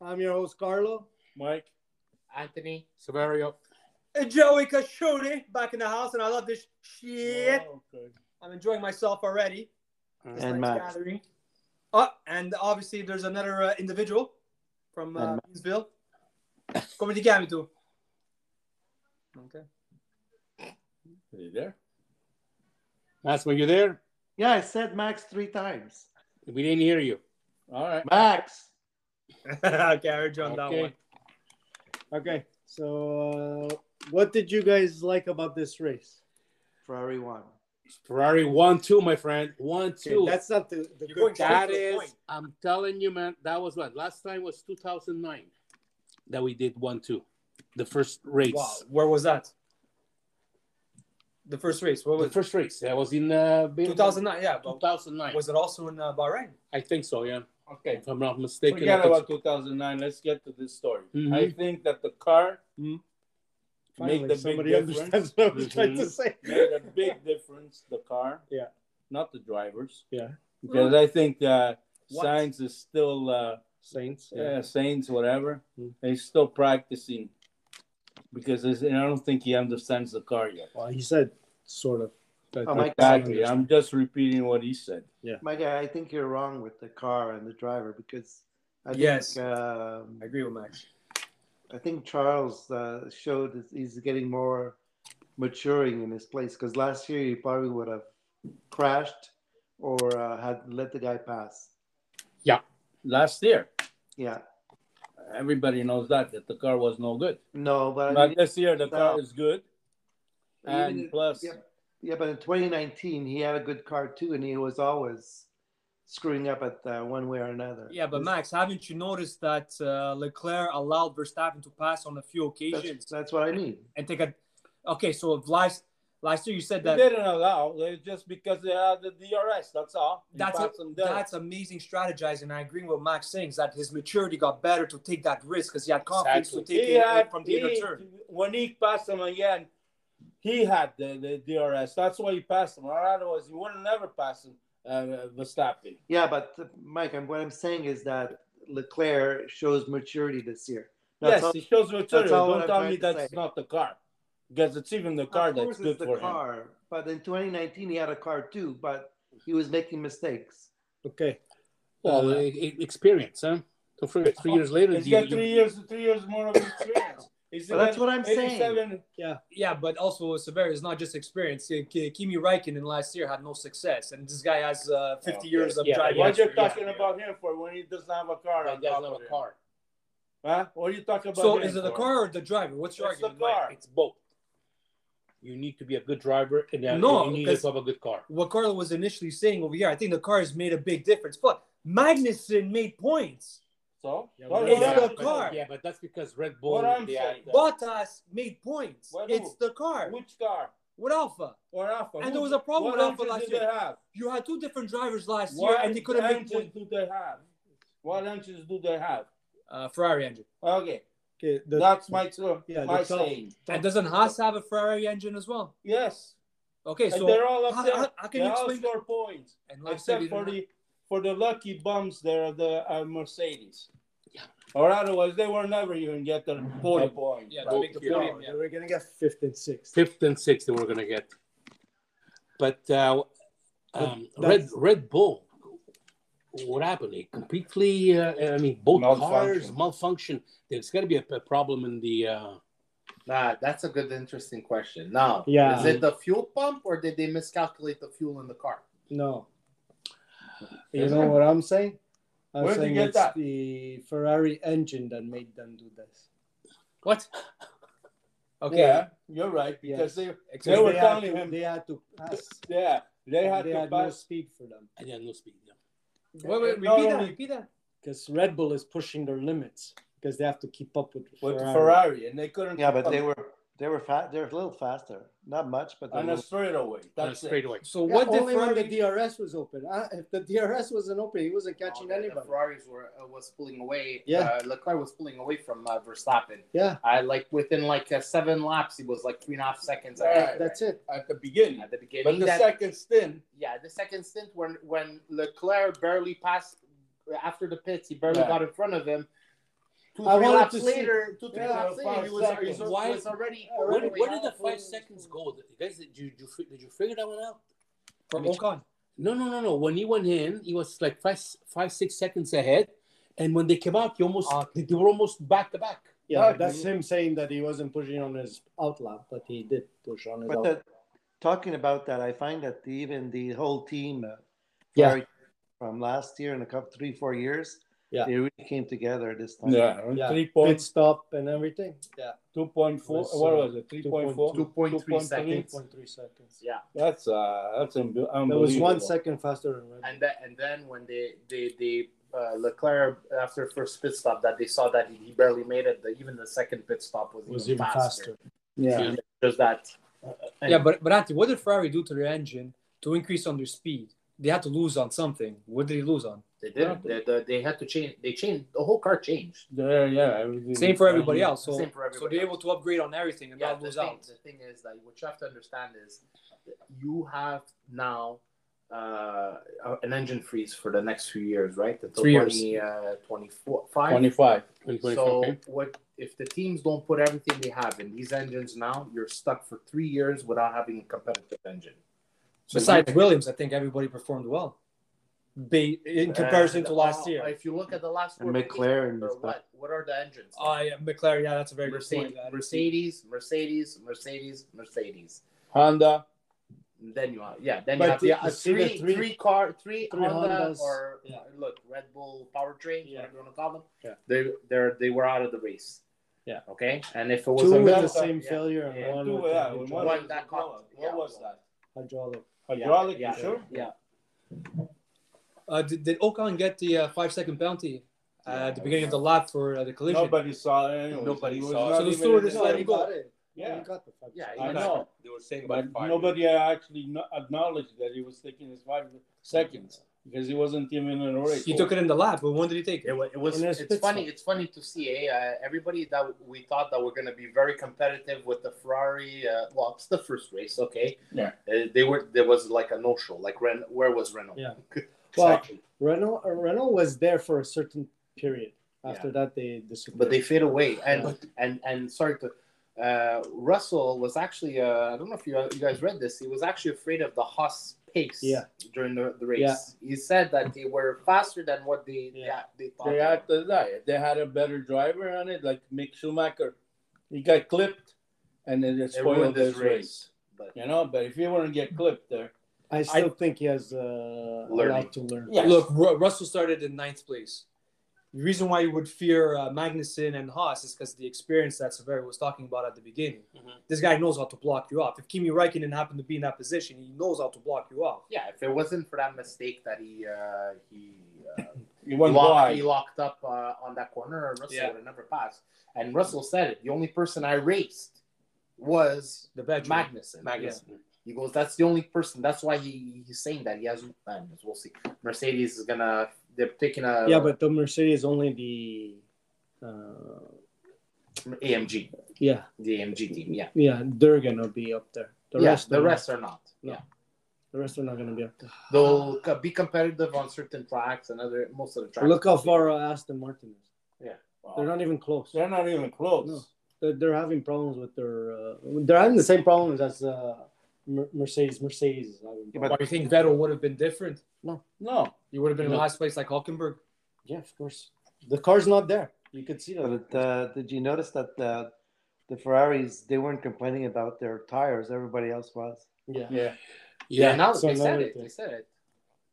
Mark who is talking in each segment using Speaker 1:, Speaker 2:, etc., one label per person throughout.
Speaker 1: I'm your host, Carlo.
Speaker 2: Mike
Speaker 3: Anthony.
Speaker 2: Severio.
Speaker 1: And Joey Kashuri back in the house, and I love this shit.
Speaker 2: Oh, okay.
Speaker 1: I'm enjoying myself already. This
Speaker 4: And
Speaker 1: night's
Speaker 4: Max.
Speaker 1: gathering. Oh, and obviously, there's another uh, individual from uh,
Speaker 4: And
Speaker 1: Beansville. Come to chiami tu? Okay.
Speaker 2: Are you there? Max, were you there?
Speaker 4: Yeah, I said Max three times.
Speaker 2: We didn't hear you. All right.
Speaker 4: Max.
Speaker 1: okay, I heard you on that one.
Speaker 2: Okay.
Speaker 1: Okay, so uh, what did you guys like about this race?
Speaker 4: Ferrari one.
Speaker 2: Ferrari one two, my friend. One two.
Speaker 1: that's not the, the
Speaker 3: You're
Speaker 1: good
Speaker 3: going
Speaker 2: That
Speaker 3: Straight to the
Speaker 2: is,
Speaker 3: point.
Speaker 2: I'm telling you, man, that was what? Last time was 2009 that we did 1 2, the first race.
Speaker 1: Wow, where was that? The first race. What
Speaker 2: The
Speaker 1: was
Speaker 2: first race. That was in uh, Beirut.
Speaker 1: 2009? Yeah, but
Speaker 2: 2009.
Speaker 1: was it also in uh, Bahrain?
Speaker 2: I think so, yeah.
Speaker 5: Okay.
Speaker 2: If I'm not mistaken. I
Speaker 5: Forget
Speaker 2: think
Speaker 5: about 2009. Let's get to this story.
Speaker 2: Mhm.
Speaker 5: I think that the car
Speaker 1: Mhm.
Speaker 5: made the big difference.
Speaker 1: what I
Speaker 2: was trying to
Speaker 1: say.
Speaker 5: made a big difference. The car.
Speaker 1: Yeah.
Speaker 5: Not the drivers.
Speaker 1: Yeah.
Speaker 5: Because I think uh,
Speaker 1: What?
Speaker 5: Sainz is still uh,
Speaker 1: Saints.
Speaker 5: yeah, Saints, whatever.
Speaker 2: Mhm.
Speaker 5: He's still practicing because it's- and I don't think he understands the car yet.
Speaker 1: Well, he said sort of.
Speaker 4: Oh, my
Speaker 5: Exactly. I'm just repeating what he said.
Speaker 4: Mike, I think you're wrong with the car and the driver because I think
Speaker 1: Yes.
Speaker 4: um,
Speaker 1: I agree with Max.
Speaker 4: I think Charles uh, showed that he's getting more maturing in his place because last year he probably would have crashed or uh, had let the guy pass.
Speaker 5: Last year,
Speaker 4: Yeah,
Speaker 5: everybody knows that that the car was no good.
Speaker 4: no, but, I
Speaker 5: But
Speaker 4: mean,
Speaker 5: this year, the car
Speaker 4: Uh, No.
Speaker 5: is good.
Speaker 4: Even
Speaker 5: And
Speaker 4: if-
Speaker 5: plus,
Speaker 4: yeah. yeah, but in 2019 he had a good car too, and he was always screwing up at uh, one way or another.
Speaker 1: Yeah, but Max, haven't you noticed that uh, Leclerc allowed Verstappen to pass on a few occasions
Speaker 4: that's, that's what I mean.
Speaker 1: and take a? Okay, so if last last year you said
Speaker 5: they
Speaker 1: that
Speaker 5: didn't allow. It's just because they had the DRS. That's all. You
Speaker 1: That's
Speaker 5: pass
Speaker 1: it.
Speaker 5: them there.
Speaker 1: That's amazing strategizing. I agree with what Max saying is that his maturity got better to take that risk because he had confidence
Speaker 2: Exactly.
Speaker 1: to take
Speaker 5: he
Speaker 1: it uh,
Speaker 5: had
Speaker 1: from the inner
Speaker 5: he-
Speaker 1: turn.
Speaker 5: When he passed him again, he had the, the DRS. That's why he passed him. Or otherwise, he would have never passed him. Uh, Verstappen.
Speaker 4: Yeah, but uh, Mike, I'm, what I'm saying is that Leclerc shows maturity this year. That's
Speaker 5: yes,
Speaker 4: all-
Speaker 5: it shows maturity.
Speaker 4: all what
Speaker 5: Don't
Speaker 4: I'm
Speaker 5: tell
Speaker 4: trying
Speaker 5: me
Speaker 4: to
Speaker 5: that's
Speaker 4: say.
Speaker 5: not the car, because it's even the car
Speaker 4: of course
Speaker 5: that's good
Speaker 4: it's the
Speaker 5: for him.
Speaker 4: car. But in 2019, he had a car too, but he was making mistakes.
Speaker 1: Okay.
Speaker 2: Well, e- e- experience, huh? So three, three years later,
Speaker 5: He's
Speaker 2: you-
Speaker 5: got
Speaker 2: you-
Speaker 5: three years, three years more of experience. He's
Speaker 4: But that's
Speaker 5: got
Speaker 4: what I'm saying.
Speaker 5: 87
Speaker 1: Yeah, but also Severo is not just experience. K- K- Kimi Raikkonen last year had no success, and this guy has uh, 50
Speaker 5: Okay.
Speaker 1: years of
Speaker 2: Yeah,
Speaker 1: driving.
Speaker 5: What you're
Speaker 1: experience.
Speaker 5: talking about him for when he doesn't have a car?
Speaker 2: That
Speaker 5: on
Speaker 2: doesn't
Speaker 5: top
Speaker 2: have
Speaker 5: of
Speaker 2: a
Speaker 5: him?
Speaker 2: car.
Speaker 5: Huh? What are you talking about?
Speaker 1: So
Speaker 5: him
Speaker 1: is it the
Speaker 5: for?
Speaker 1: car or the driver? What's your
Speaker 5: It's the
Speaker 1: argument? Mike?
Speaker 5: car.
Speaker 2: It's both. You need to be a good driver and then
Speaker 1: No,
Speaker 2: you need
Speaker 1: because-
Speaker 2: to have a good car.
Speaker 1: What Carlo was initially saying over here, I think the car has made a big difference. But Magnussen made points.
Speaker 5: So
Speaker 2: Yeah,
Speaker 5: What
Speaker 2: but
Speaker 1: it's
Speaker 5: what
Speaker 1: the
Speaker 5: happened?
Speaker 1: car.
Speaker 2: Yeah, but that's because Red Bull.
Speaker 5: I'm
Speaker 2: they
Speaker 5: saying.
Speaker 2: had, uh,
Speaker 1: Bottas made points.
Speaker 5: Well,
Speaker 1: It's the car
Speaker 5: Which car?
Speaker 1: with Alpha.
Speaker 5: Or Alpha?
Speaker 1: And
Speaker 5: Who-
Speaker 1: there was a problem
Speaker 5: what
Speaker 1: with Alfa
Speaker 5: engine
Speaker 1: last
Speaker 5: did
Speaker 1: year.
Speaker 5: They have?
Speaker 1: You had two different drivers last year,
Speaker 5: What
Speaker 1: and they couldn't make points.
Speaker 5: engines do they have? What engines do they have?
Speaker 1: Uh, Ferrari engine.
Speaker 5: Okay,
Speaker 1: Okay,
Speaker 5: that's my yeah,
Speaker 1: yeah,
Speaker 5: my
Speaker 1: the top.
Speaker 5: saying.
Speaker 1: and doesn't Haas have a Ferrari engine as well?
Speaker 5: Yes,
Speaker 1: Okay,
Speaker 5: and
Speaker 1: so
Speaker 5: they're all
Speaker 1: how-
Speaker 5: up there.
Speaker 1: how- how can
Speaker 5: they
Speaker 1: you
Speaker 5: all
Speaker 1: explain-
Speaker 5: score points
Speaker 1: and like
Speaker 5: except
Speaker 1: said,
Speaker 5: for
Speaker 1: for
Speaker 5: the for the lucky bums. There are the uh, Mercedes. Or otherwise, they were never even get the
Speaker 1: Podium.
Speaker 5: point. point.
Speaker 1: yeah,
Speaker 2: Oh,
Speaker 1: to make the
Speaker 2: yeah.
Speaker 1: podium. Yeah.
Speaker 6: We're gonna get fifth and sixth.
Speaker 2: fifth and sixth they were going to get. But uh, um,
Speaker 6: But
Speaker 2: Red Red Bull, what happened? It completely. Uh, I mean, both cars
Speaker 5: Malfunction.
Speaker 2: malfunction. There's got to be a, a problem in the. Uh,
Speaker 3: Nah, that's a good, interesting question. Now,
Speaker 6: Yeah.
Speaker 3: is it the fuel pump or did they miscalculate the fuel in the car?
Speaker 6: No. You know what I'm saying? I'm
Speaker 5: Where'd you
Speaker 6: saying
Speaker 5: get
Speaker 6: it's
Speaker 5: that?
Speaker 6: the Ferrari engine that made them do this.
Speaker 2: what?
Speaker 1: Okay,
Speaker 5: Yeah, you're right because
Speaker 1: except
Speaker 5: they
Speaker 6: Because
Speaker 5: were
Speaker 6: had
Speaker 5: telling
Speaker 6: to-
Speaker 5: him-
Speaker 6: they had to pass.
Speaker 5: they yeah they had
Speaker 6: they
Speaker 5: to
Speaker 6: had no
Speaker 5: pass.
Speaker 6: speed for them
Speaker 2: I didn't know speed. Yeah.
Speaker 1: wait, wait,
Speaker 5: Not
Speaker 1: repeat that.
Speaker 5: only-
Speaker 1: Repeat that.
Speaker 6: because Red Bull is pushing their limits because they have to keep up with
Speaker 5: with
Speaker 6: Ferrari.
Speaker 5: Ferrari, and they couldn't.
Speaker 4: Yeah,
Speaker 5: keep
Speaker 4: but they
Speaker 5: up
Speaker 4: were they were fat. They're a little faster, not much, but they're
Speaker 5: on
Speaker 4: a
Speaker 5: a
Speaker 4: little-
Speaker 5: straightaway.
Speaker 2: That's
Speaker 5: That's
Speaker 2: straight away.
Speaker 1: So
Speaker 6: Yeah,
Speaker 1: what did
Speaker 6: only when the
Speaker 1: Ferrari?
Speaker 6: DRS was open. Uh, if the DRS wasn't open, he wasn't catching
Speaker 3: Oh, the- The
Speaker 6: anybody.
Speaker 3: Ferraris were uh, was pulling away.
Speaker 6: Yeah.
Speaker 3: uh, Leclerc was pulling away from uh, Verstappen.
Speaker 6: Yeah,
Speaker 3: I like within like uh, seven laps, it was like three and a half seconds.
Speaker 5: Right,
Speaker 3: ahead,
Speaker 6: that's it.
Speaker 5: At the beginning,
Speaker 3: at the beginning.
Speaker 5: but the
Speaker 3: that-
Speaker 5: second stint,
Speaker 3: yeah, the second stint when when Leclerc barely passed uh, after the pits, he barely
Speaker 5: Yeah.
Speaker 3: got in front of him.
Speaker 5: Two,
Speaker 6: I
Speaker 5: three
Speaker 6: wanted
Speaker 5: laps
Speaker 6: to see-
Speaker 5: later, two, three
Speaker 6: Yeah,
Speaker 5: laps
Speaker 6: five
Speaker 5: later, he was, he
Speaker 6: seconds.
Speaker 5: was-
Speaker 2: Why-
Speaker 5: was already.
Speaker 2: Where,
Speaker 5: already
Speaker 2: where did the
Speaker 5: halfway.
Speaker 2: five seconds go? You guys, did you, did you fi- did you figure that one out?
Speaker 1: From
Speaker 2: Mitch-
Speaker 1: Ocon.
Speaker 2: No, no, no, no. When he went in, he was like five, five, six seconds ahead, and when they came out, he almost
Speaker 1: Ah.
Speaker 2: they were almost back to back.
Speaker 6: Yeah,
Speaker 4: No,
Speaker 6: but that's
Speaker 4: you-
Speaker 6: him saying that he wasn't pushing on his out lap, but he did push on his
Speaker 4: But
Speaker 6: out.
Speaker 4: that, talking about that, I find that the, even the whole team, uh,
Speaker 6: Yeah.
Speaker 4: Ferrari from last year and a couple three four years,
Speaker 6: Yeah.
Speaker 4: they really came together this time.
Speaker 5: Yeah, around
Speaker 6: Yeah.
Speaker 5: three
Speaker 6: pit
Speaker 5: point
Speaker 6: stop and everything. Yeah,
Speaker 5: two point four.
Speaker 6: It was,
Speaker 5: what
Speaker 6: uh,
Speaker 5: was it? Three point four.
Speaker 3: 2.3 seconds.
Speaker 6: 8.3 seconds.
Speaker 3: Yeah.
Speaker 5: That's uh, that's unbe- unbelievable.
Speaker 6: There was one second faster than Red Bull.
Speaker 3: And then and then when they they they uh, Leclerc after first pit stop that they saw that he barely made it. The, even the second pit stop was,
Speaker 6: It was
Speaker 3: even,
Speaker 6: even faster.
Speaker 3: faster.
Speaker 6: Yeah.
Speaker 3: Just that. uh, and-
Speaker 1: Yeah, but but Antti, what did Ferrari do to their engine to increase on their speed? They had to lose on something. What did they lose on?
Speaker 3: they didn't. They, they, they had to change. They changed the whole car changed.
Speaker 5: Yeah, yeah. everything
Speaker 1: Same
Speaker 5: was
Speaker 1: for
Speaker 5: fine.
Speaker 1: everybody else. So,
Speaker 3: Same for
Speaker 1: so
Speaker 3: everybody
Speaker 1: they're
Speaker 3: else.
Speaker 1: able to upgrade on everything and
Speaker 3: yeah,
Speaker 1: not
Speaker 3: the
Speaker 1: lose
Speaker 3: thing,
Speaker 1: out.
Speaker 3: The thing is that what you have to understand is that you have now uh, an engine freeze for the next few years, right? The
Speaker 1: Three
Speaker 3: 20, uh, 24, five?
Speaker 5: Twenty-five.
Speaker 3: So what if the teams don't put everything they have in these engines now? You're stuck for three years without having a competitive engine. So
Speaker 1: Besides Williams, I think everybody performed well. Be, in comparison to
Speaker 3: And,
Speaker 1: last
Speaker 3: uh,
Speaker 1: year.
Speaker 3: if you look at the last
Speaker 4: And
Speaker 3: four
Speaker 4: McLaren
Speaker 3: teams, or
Speaker 4: is back.
Speaker 3: what? What are the engines?
Speaker 1: Oh, yeah, McLaren. Yeah, that's a very good
Speaker 3: Mercedes,
Speaker 1: point. Antti.
Speaker 3: Mercedes, Mercedes, Mercedes, Mercedes.
Speaker 5: Honda.
Speaker 3: And Then you have, yeah, then
Speaker 6: But
Speaker 3: you have
Speaker 6: yeah, I
Speaker 3: the uh,
Speaker 6: see the
Speaker 3: three,
Speaker 6: three-
Speaker 3: three car, three,
Speaker 6: three
Speaker 3: Honda
Speaker 6: Hondas.
Speaker 3: or uh,
Speaker 6: Yeah.
Speaker 3: look Red Bull powertrain,
Speaker 6: Yeah.
Speaker 3: whatever you want to call them.
Speaker 6: Yeah.
Speaker 3: They, they're, they were out of the race.
Speaker 6: Yeah.
Speaker 3: Okay. And if it was
Speaker 6: Two
Speaker 3: a
Speaker 6: with
Speaker 5: Mercedes,
Speaker 6: the
Speaker 3: Red-
Speaker 6: same
Speaker 3: yeah.
Speaker 6: failure and
Speaker 3: Yeah.
Speaker 6: one
Speaker 5: Two,
Speaker 6: with
Speaker 5: yeah,
Speaker 6: the
Speaker 5: one
Speaker 3: One
Speaker 5: was
Speaker 3: that
Speaker 5: that
Speaker 3: caught- yeah,
Speaker 5: What was that?
Speaker 6: hydraulic.
Speaker 5: Hydraulic,
Speaker 3: yeah,
Speaker 5: you sure?
Speaker 3: Yeah.
Speaker 1: Uh, did, did Ocon get the uh, five second penalty uh, at the beginning of the lap for uh, the collision?
Speaker 5: Nobody saw it. Anyways.
Speaker 3: Nobody
Speaker 5: He was
Speaker 3: saw it.
Speaker 5: not
Speaker 1: So the
Speaker 5: even
Speaker 1: steward
Speaker 5: in
Speaker 1: is
Speaker 5: the-
Speaker 1: let him go.
Speaker 5: Yeah,
Speaker 3: Yeah,
Speaker 5: I
Speaker 3: I
Speaker 5: know.
Speaker 2: They were saying
Speaker 5: But nobody actually no- acknowledged that he was taking his five seconds because he wasn't even in a race.
Speaker 1: He took it in the lap, but when did he take
Speaker 3: It
Speaker 1: it?
Speaker 3: was, it was
Speaker 6: And there's
Speaker 3: it's
Speaker 6: pit
Speaker 3: funny
Speaker 6: stop.
Speaker 3: it's funny to see eh? uh, everybody that we thought that we're going to be very competitive with the Ferrari uh, well it's the first race okay
Speaker 5: Yeah.
Speaker 3: uh, they were there was like a no show like Ren, where was Renault
Speaker 6: Yeah. Well,
Speaker 3: exactly
Speaker 6: Renault, uh, Renault was there for a certain period. After that, they disappeared.
Speaker 3: but they fade away and
Speaker 6: Yeah.
Speaker 3: and and sorry to uh, Russell was actually uh, I don't know if you, you guys read this he was actually afraid of the Haas pace
Speaker 6: Yeah.
Speaker 3: during the, the race
Speaker 6: Yeah.
Speaker 3: he said that they were faster than what they
Speaker 6: Yeah.
Speaker 3: they, they thought
Speaker 5: They had to die. They had a better driver on it, like Mick Schumacher. He got clipped, and then it spoiled
Speaker 3: ruined
Speaker 5: his
Speaker 3: his
Speaker 5: race.
Speaker 3: but
Speaker 5: You know, but if he wouldn't get clipped there,
Speaker 6: I still think he has uh, a
Speaker 3: Learning.
Speaker 6: lot to learn.
Speaker 5: Yeah.
Speaker 1: Look, Ru- Russell started in ninth place. The reason why you would fear uh, Magnussen and Haas is because the experience that Severo was talking about at the beginning.
Speaker 2: Mhm.
Speaker 1: This guy knows how to block you off. If Kimi Räikkönen happened to be in that position, he knows how to block you off.
Speaker 3: yeah if it wasn't for that mistake that he uh, he uh,
Speaker 5: he went
Speaker 3: locked,
Speaker 5: wide.
Speaker 3: He locked up uh, on that corner, and Russell
Speaker 1: Yeah.
Speaker 3: would have never passed. And Russell said it. The only person I raced was
Speaker 1: The veteran.
Speaker 3: Magnuson.
Speaker 1: Magnussen.
Speaker 3: He goes, that's the only person. That's why he, he's saying that. He has, and we'll see. Mercedes is going to, they're taking a
Speaker 6: Yeah, but the Mercedes only the. Uh,
Speaker 3: AMG,
Speaker 6: yeah,
Speaker 3: the AMG team. Yeah.
Speaker 6: yeah, they're gonna be up there. The
Speaker 3: The yeah,
Speaker 6: rest,
Speaker 3: the
Speaker 6: are not.
Speaker 3: rest are not.
Speaker 6: No.
Speaker 3: Yeah.
Speaker 6: the rest are not gonna be up there.
Speaker 3: They'll co- be competitive on certain tracks and other, most of the tracks.
Speaker 6: Look how far uh, Aston Martin is.
Speaker 5: Wow.
Speaker 6: They're not even close.
Speaker 5: They're not even close.
Speaker 6: No. They're, they're having problems with their. Uh, they're having the same problems as uh, Mer- Mercedes. Mercedes is having.
Speaker 4: Yeah,
Speaker 1: Why
Speaker 6: problems.
Speaker 1: do you think Vettel would have been different?
Speaker 5: No.
Speaker 1: You would have been in
Speaker 6: No.
Speaker 1: last place like Hulkenberg.
Speaker 6: yeah, of course. The car's not there. You could see that.
Speaker 4: But uh, did you notice that the the Ferraris they weren't complaining about their tires? Everybody else was.
Speaker 6: Yeah.
Speaker 5: Yeah.
Speaker 3: Yeah,
Speaker 2: Yeah,
Speaker 3: now
Speaker 6: so
Speaker 3: they said
Speaker 6: another
Speaker 3: it.
Speaker 6: thing.
Speaker 3: They said it.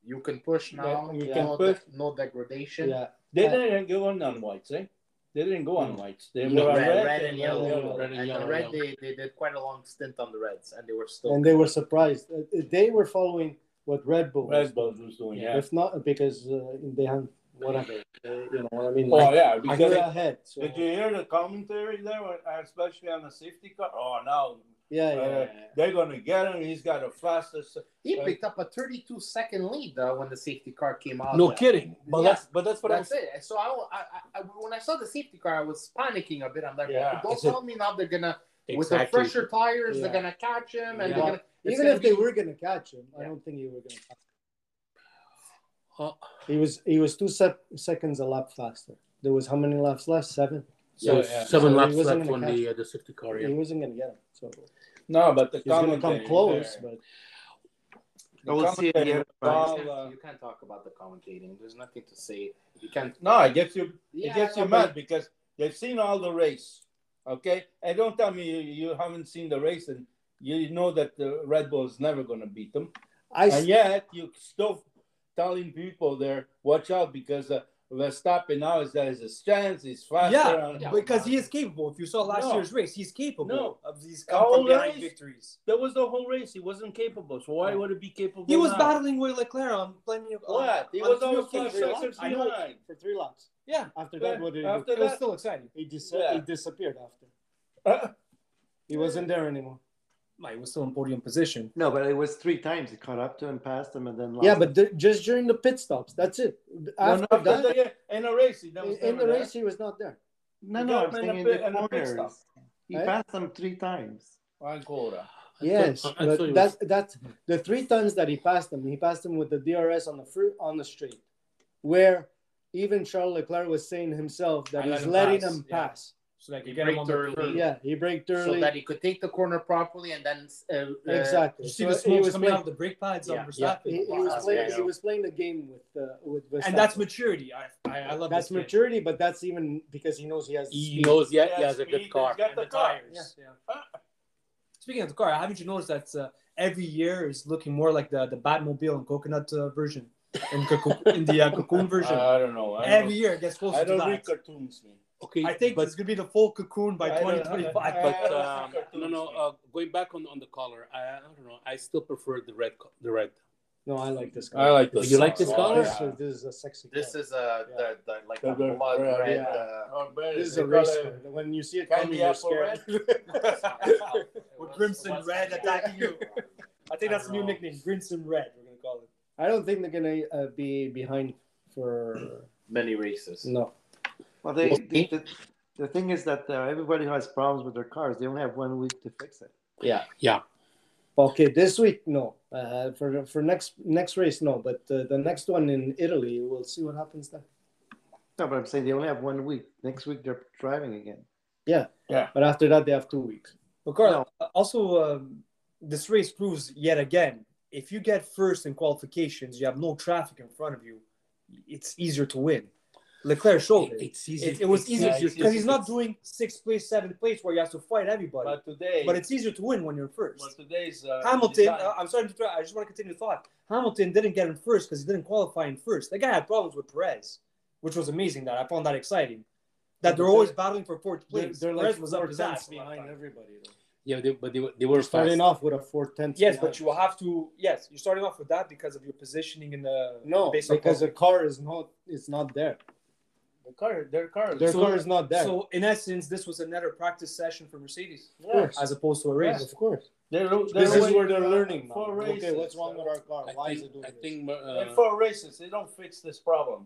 Speaker 3: You can push now.
Speaker 5: you
Speaker 3: no
Speaker 5: can
Speaker 3: de-
Speaker 5: push.
Speaker 3: no degradation.
Speaker 6: Yeah.
Speaker 5: They didn't go on on whites, eh? They didn't go on whites. They
Speaker 6: No,
Speaker 5: were on
Speaker 3: red,
Speaker 5: red,
Speaker 3: red and yellow.
Speaker 5: Red.
Speaker 2: Red and
Speaker 3: And the
Speaker 2: yellow,
Speaker 3: red,
Speaker 2: yeah.
Speaker 3: they, they did quite a long stint on the reds, and they were still.
Speaker 6: And they were surprised. Uh, They were following what Red Bull. was
Speaker 5: Red Bull was doing, yeah.
Speaker 6: If not, because uh, they have whatever. They, you know what I mean?
Speaker 5: Oh,
Speaker 6: Like,
Speaker 5: yeah.
Speaker 6: they're
Speaker 5: Because
Speaker 6: ahead. So.
Speaker 5: did you hear the commentary there, uh, especially on the safety car? Oh, now
Speaker 6: yeah, yeah,
Speaker 5: Uh,
Speaker 6: yeah, yeah.
Speaker 5: they're going to get him. He's got the fastest.
Speaker 3: he picked up a 32 second lead uh, when the safety car came out.
Speaker 2: no
Speaker 3: Yeah.
Speaker 2: kidding. But
Speaker 3: Yeah.
Speaker 2: that's but that's what
Speaker 3: That's
Speaker 2: I'm
Speaker 3: it. So I, I, I, when I saw the safety car, I was panicking a bit. I'm like,
Speaker 5: Yeah.
Speaker 3: don't
Speaker 2: That's it.
Speaker 3: tell me now they're gonna
Speaker 2: saying.
Speaker 3: with the fresher tires,
Speaker 6: Yeah.
Speaker 3: they're gonna catch him, and
Speaker 6: Yeah.
Speaker 3: they're gonna it's
Speaker 6: Even
Speaker 3: gonna
Speaker 6: if they
Speaker 3: be-
Speaker 6: were gonna catch him, I
Speaker 3: Yeah.
Speaker 6: don't think he were gonna catch Uh,
Speaker 2: Oh,
Speaker 6: him. He was he was two sec- seconds a lap faster. there was how many laps left? Seven.
Speaker 2: So
Speaker 5: Yeah, yeah.
Speaker 2: seven
Speaker 6: So he
Speaker 2: laps
Speaker 6: wasn't
Speaker 2: left on
Speaker 6: gonna
Speaker 2: the uh, the safety car.
Speaker 6: He
Speaker 2: Yeah.
Speaker 6: wasn't gonna get him, so
Speaker 5: No, but the
Speaker 6: he's gonna come
Speaker 5: commentator
Speaker 6: close.
Speaker 5: there.
Speaker 6: But
Speaker 4: I will see it again.
Speaker 5: Well,
Speaker 3: you,
Speaker 5: uh,
Speaker 3: can't, you can't talk about the commentating. There's nothing to say. You can't.
Speaker 5: No, it gets you.
Speaker 3: Yeah,
Speaker 5: it gets you
Speaker 3: no,
Speaker 5: mad because they've seen all the race. Okay, and don't tell me you, you haven't seen the race and you know that the Red Bull is never going to beat them.
Speaker 6: I,
Speaker 5: and yet you still telling people there, watch out because uh, Verstappen now is that is his chance. He's faster.
Speaker 1: Yeah,
Speaker 5: and-
Speaker 3: Yeah.
Speaker 1: because he is capable. If you saw last
Speaker 5: No.
Speaker 1: year's race, he's capable
Speaker 5: No.
Speaker 1: of these
Speaker 5: The
Speaker 1: come from
Speaker 5: whole
Speaker 1: behind
Speaker 5: race?
Speaker 1: victories.
Speaker 5: That was the whole race. He wasn't capable. So why would he be capable?
Speaker 1: He was
Speaker 5: now?
Speaker 1: battling with Leclerc on plenty of
Speaker 5: What? He
Speaker 1: on
Speaker 5: was
Speaker 1: a few
Speaker 5: almost five
Speaker 1: occasions.
Speaker 6: Leclerc.
Speaker 5: seconds
Speaker 6: I know.
Speaker 5: behind.
Speaker 6: for three laps
Speaker 1: Yeah,
Speaker 6: after
Speaker 5: Yeah,
Speaker 6: that, what did he do?
Speaker 5: after
Speaker 1: it was still exciting.
Speaker 6: He, dis-
Speaker 5: Yeah.
Speaker 6: he disappeared after. Uh, He wasn't there anymore.
Speaker 1: No, he was still in podium position.
Speaker 4: No, but it was three times he caught up to and passed him, and then lost
Speaker 6: Yeah, but the, just during the pit stops, that's it. After
Speaker 5: After
Speaker 6: that,
Speaker 5: the- in a race, he was
Speaker 6: in the
Speaker 5: never there.
Speaker 6: race, he was not there.
Speaker 4: no,
Speaker 5: he
Speaker 4: no,
Speaker 5: got him in
Speaker 4: I'm saying
Speaker 5: a
Speaker 4: in
Speaker 5: pit-
Speaker 4: the
Speaker 5: in a pit
Speaker 4: corners. He
Speaker 6: Eh?
Speaker 4: passed him three times.
Speaker 5: on quota.
Speaker 6: Yes,
Speaker 2: I thought- I
Speaker 6: but
Speaker 2: thought he
Speaker 6: that's that's
Speaker 1: Mm-hmm.
Speaker 6: the three times that he passed him. He passed him with the DRS on the fruit on the straight, where even Charles Leclerc was saying himself that
Speaker 1: I let
Speaker 6: he's
Speaker 1: him
Speaker 6: letting
Speaker 1: pass,
Speaker 6: him
Speaker 1: yeah.
Speaker 6: pass.
Speaker 1: So like
Speaker 3: He
Speaker 1: you get him on
Speaker 3: braked
Speaker 1: the
Speaker 3: early.
Speaker 1: curve.
Speaker 6: Yeah, he braked
Speaker 3: So
Speaker 6: early.
Speaker 3: that he could take the corner properly and then. Uh, uh,
Speaker 6: exactly.
Speaker 1: You see
Speaker 6: So
Speaker 1: the
Speaker 6: he
Speaker 1: smoke
Speaker 6: was
Speaker 1: coming
Speaker 6: playing,
Speaker 1: out of the brake pads
Speaker 3: Yeah.
Speaker 1: on Verstappen.
Speaker 6: yeah, he, he was
Speaker 3: Wow.
Speaker 6: playing.
Speaker 3: Yeah.
Speaker 6: He was playing the game with uh, with Verstappen.
Speaker 1: and that's maturity. I I, I love
Speaker 6: That's
Speaker 1: this kid.
Speaker 6: maturity, but that's even because he knows he has. the
Speaker 2: He
Speaker 6: speed.
Speaker 2: knows. Yeah, he
Speaker 5: Yeah,
Speaker 2: has a
Speaker 5: speed,
Speaker 2: good
Speaker 5: he's
Speaker 2: car.
Speaker 5: got
Speaker 1: And the
Speaker 5: the car.
Speaker 1: tires. Yeah. Speaking of the car, haven't you noticed that uh, every year is looking more like the the Batmobile and coconut uh, version, in, cocoon, in the uh, cocoon version?
Speaker 5: I don't know. I
Speaker 1: every
Speaker 5: don't,
Speaker 1: year it gets closer
Speaker 5: I
Speaker 1: to
Speaker 5: don't
Speaker 1: that.
Speaker 5: read cartoons, man.
Speaker 2: Okay,
Speaker 1: I think
Speaker 2: but
Speaker 1: it's gonna be the full cocoon by
Speaker 5: I don't-
Speaker 1: 2025.
Speaker 5: I-
Speaker 2: but
Speaker 5: I- I-
Speaker 2: um, no, no. Uh, going back on on the color, I, I don't know. I still prefer the red. co- The red.
Speaker 6: No, I like this
Speaker 5: I
Speaker 6: guy.
Speaker 5: like
Speaker 2: You like this
Speaker 5: socks.
Speaker 2: color?
Speaker 6: This,
Speaker 5: Yeah.
Speaker 6: is- this is a sexy.
Speaker 3: This
Speaker 6: car.
Speaker 3: is uh, the, the like the
Speaker 5: The- the-
Speaker 3: blood
Speaker 5: yeah.
Speaker 3: red.
Speaker 6: Yeah.
Speaker 3: Uh,
Speaker 5: Oh, but
Speaker 6: This is
Speaker 5: they
Speaker 6: a race
Speaker 5: call it-
Speaker 6: car. When you see it
Speaker 5: Candy
Speaker 6: coming, you're
Speaker 5: apple
Speaker 6: scared.
Speaker 1: With crimson red attacking you. I think that's the new
Speaker 3: Wow.
Speaker 1: nickname, Crimson Red. We're gonna call it.
Speaker 6: I don't think they're gonna uh, be behind for
Speaker 3: Many races.
Speaker 6: no.
Speaker 4: Well, they,
Speaker 3: Okay.
Speaker 4: the, the, the thing is that uh, everybody who has problems with their cars, they only have one week to fix it.
Speaker 2: Yeah.
Speaker 6: Okay, this week no. Uh, for for next next race no, but uh, the next one in Italy, we'll see what happens then.
Speaker 4: No, but I'm saying they only have one week. Next week they're driving again.
Speaker 6: But after that, they have two weeks.
Speaker 1: But Carl, also um, this race proves yet again, if you get first in qualifications, you have no traffic in front of you. It's easier to win. Leclerc showed it.
Speaker 2: it's easy.
Speaker 1: Oh, It, it was
Speaker 2: it's
Speaker 1: easier
Speaker 5: easier
Speaker 1: because he's not doing sixth place, seventh place where you have to fight everybody.
Speaker 5: But today,
Speaker 1: But it's easier to win when you're first.
Speaker 5: but today's uh,
Speaker 1: Hamilton,
Speaker 5: design-
Speaker 1: uh, I'm sorry to try, I just want to continue the thought. Hamilton didn't get in first because he didn't qualify in first. That guy had problems with Perez, which was amazing. That I found that exciting. That they're always battling for fourth
Speaker 6: They're,
Speaker 1: place.
Speaker 6: they're
Speaker 1: Perez
Speaker 6: like
Speaker 1: was
Speaker 6: four
Speaker 1: up his ass
Speaker 6: tenths
Speaker 1: the whole
Speaker 6: behind
Speaker 1: time.
Speaker 6: everybody. Though.
Speaker 2: Yeah, they, but they were they were
Speaker 6: Starting
Speaker 2: fast.
Speaker 6: off with a four tenths.
Speaker 1: Yes,
Speaker 6: behind.
Speaker 1: but you have to. Yes, you're starting off with that because of your positioning in the
Speaker 6: no
Speaker 1: based on
Speaker 6: because
Speaker 1: qual-
Speaker 6: the car is not it's not there.
Speaker 5: the car, their car.
Speaker 6: Their
Speaker 1: So-
Speaker 6: car is not there.
Speaker 1: so in essence, this was another practice session for Mercedes
Speaker 6: of course,
Speaker 1: as opposed to a
Speaker 6: Yes,
Speaker 1: race.
Speaker 6: of course.
Speaker 5: They're,
Speaker 6: This
Speaker 5: they're
Speaker 6: is where they're
Speaker 5: waiting, uh,
Speaker 6: learning. Now.
Speaker 5: Four races.
Speaker 6: Okay, what's wrong with our car?
Speaker 2: I
Speaker 6: Why
Speaker 2: think,
Speaker 6: is it doing
Speaker 2: I
Speaker 6: this?
Speaker 2: think
Speaker 5: In
Speaker 2: uh,
Speaker 5: four races, they don't fix this problem.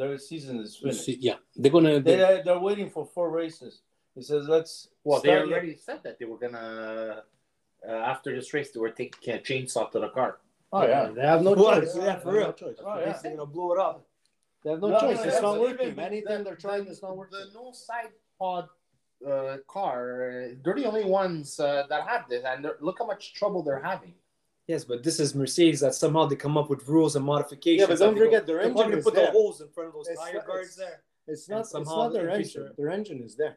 Speaker 5: Their season is
Speaker 2: we'll
Speaker 5: finished.
Speaker 2: see. yeah, they're gonna.
Speaker 5: They
Speaker 2: They,
Speaker 5: are, they're waiting for four races. He says, "Let's."
Speaker 3: Well, they
Speaker 5: start it.
Speaker 3: already said that they were gonna uh, after this race they were taking a chainsaw to the car.
Speaker 5: Oh yeah.
Speaker 6: they have no
Speaker 1: Well,
Speaker 6: choice.
Speaker 1: yeah, for
Speaker 6: They have
Speaker 1: real.
Speaker 6: no choice.
Speaker 5: Oh, yeah.
Speaker 1: They're gonna blow it up.
Speaker 6: They have no,
Speaker 5: No,
Speaker 6: choice.
Speaker 5: no,
Speaker 6: It's
Speaker 5: no,
Speaker 6: not
Speaker 5: no.
Speaker 6: working.
Speaker 5: Even
Speaker 6: Anything
Speaker 5: the-
Speaker 6: they're trying is not working.
Speaker 3: The no side pod uh, car. uh, They're the only ones uh, that have this, and they're- look how much trouble they're having.
Speaker 1: Yes, but this is Mercedes that somehow they come up with rules and modifications.
Speaker 6: Yeah, but don't
Speaker 1: that they go-
Speaker 6: forget their
Speaker 1: They want
Speaker 6: engine
Speaker 1: to
Speaker 6: is
Speaker 1: put the
Speaker 6: there.
Speaker 1: holes in front of those
Speaker 6: It's
Speaker 1: tire
Speaker 6: not-
Speaker 1: guards
Speaker 6: it's-
Speaker 1: there.
Speaker 6: It's
Speaker 1: And
Speaker 6: not. It's
Speaker 1: somehow
Speaker 6: not their
Speaker 1: they
Speaker 6: engine.
Speaker 1: feature it.
Speaker 6: Their engine is there.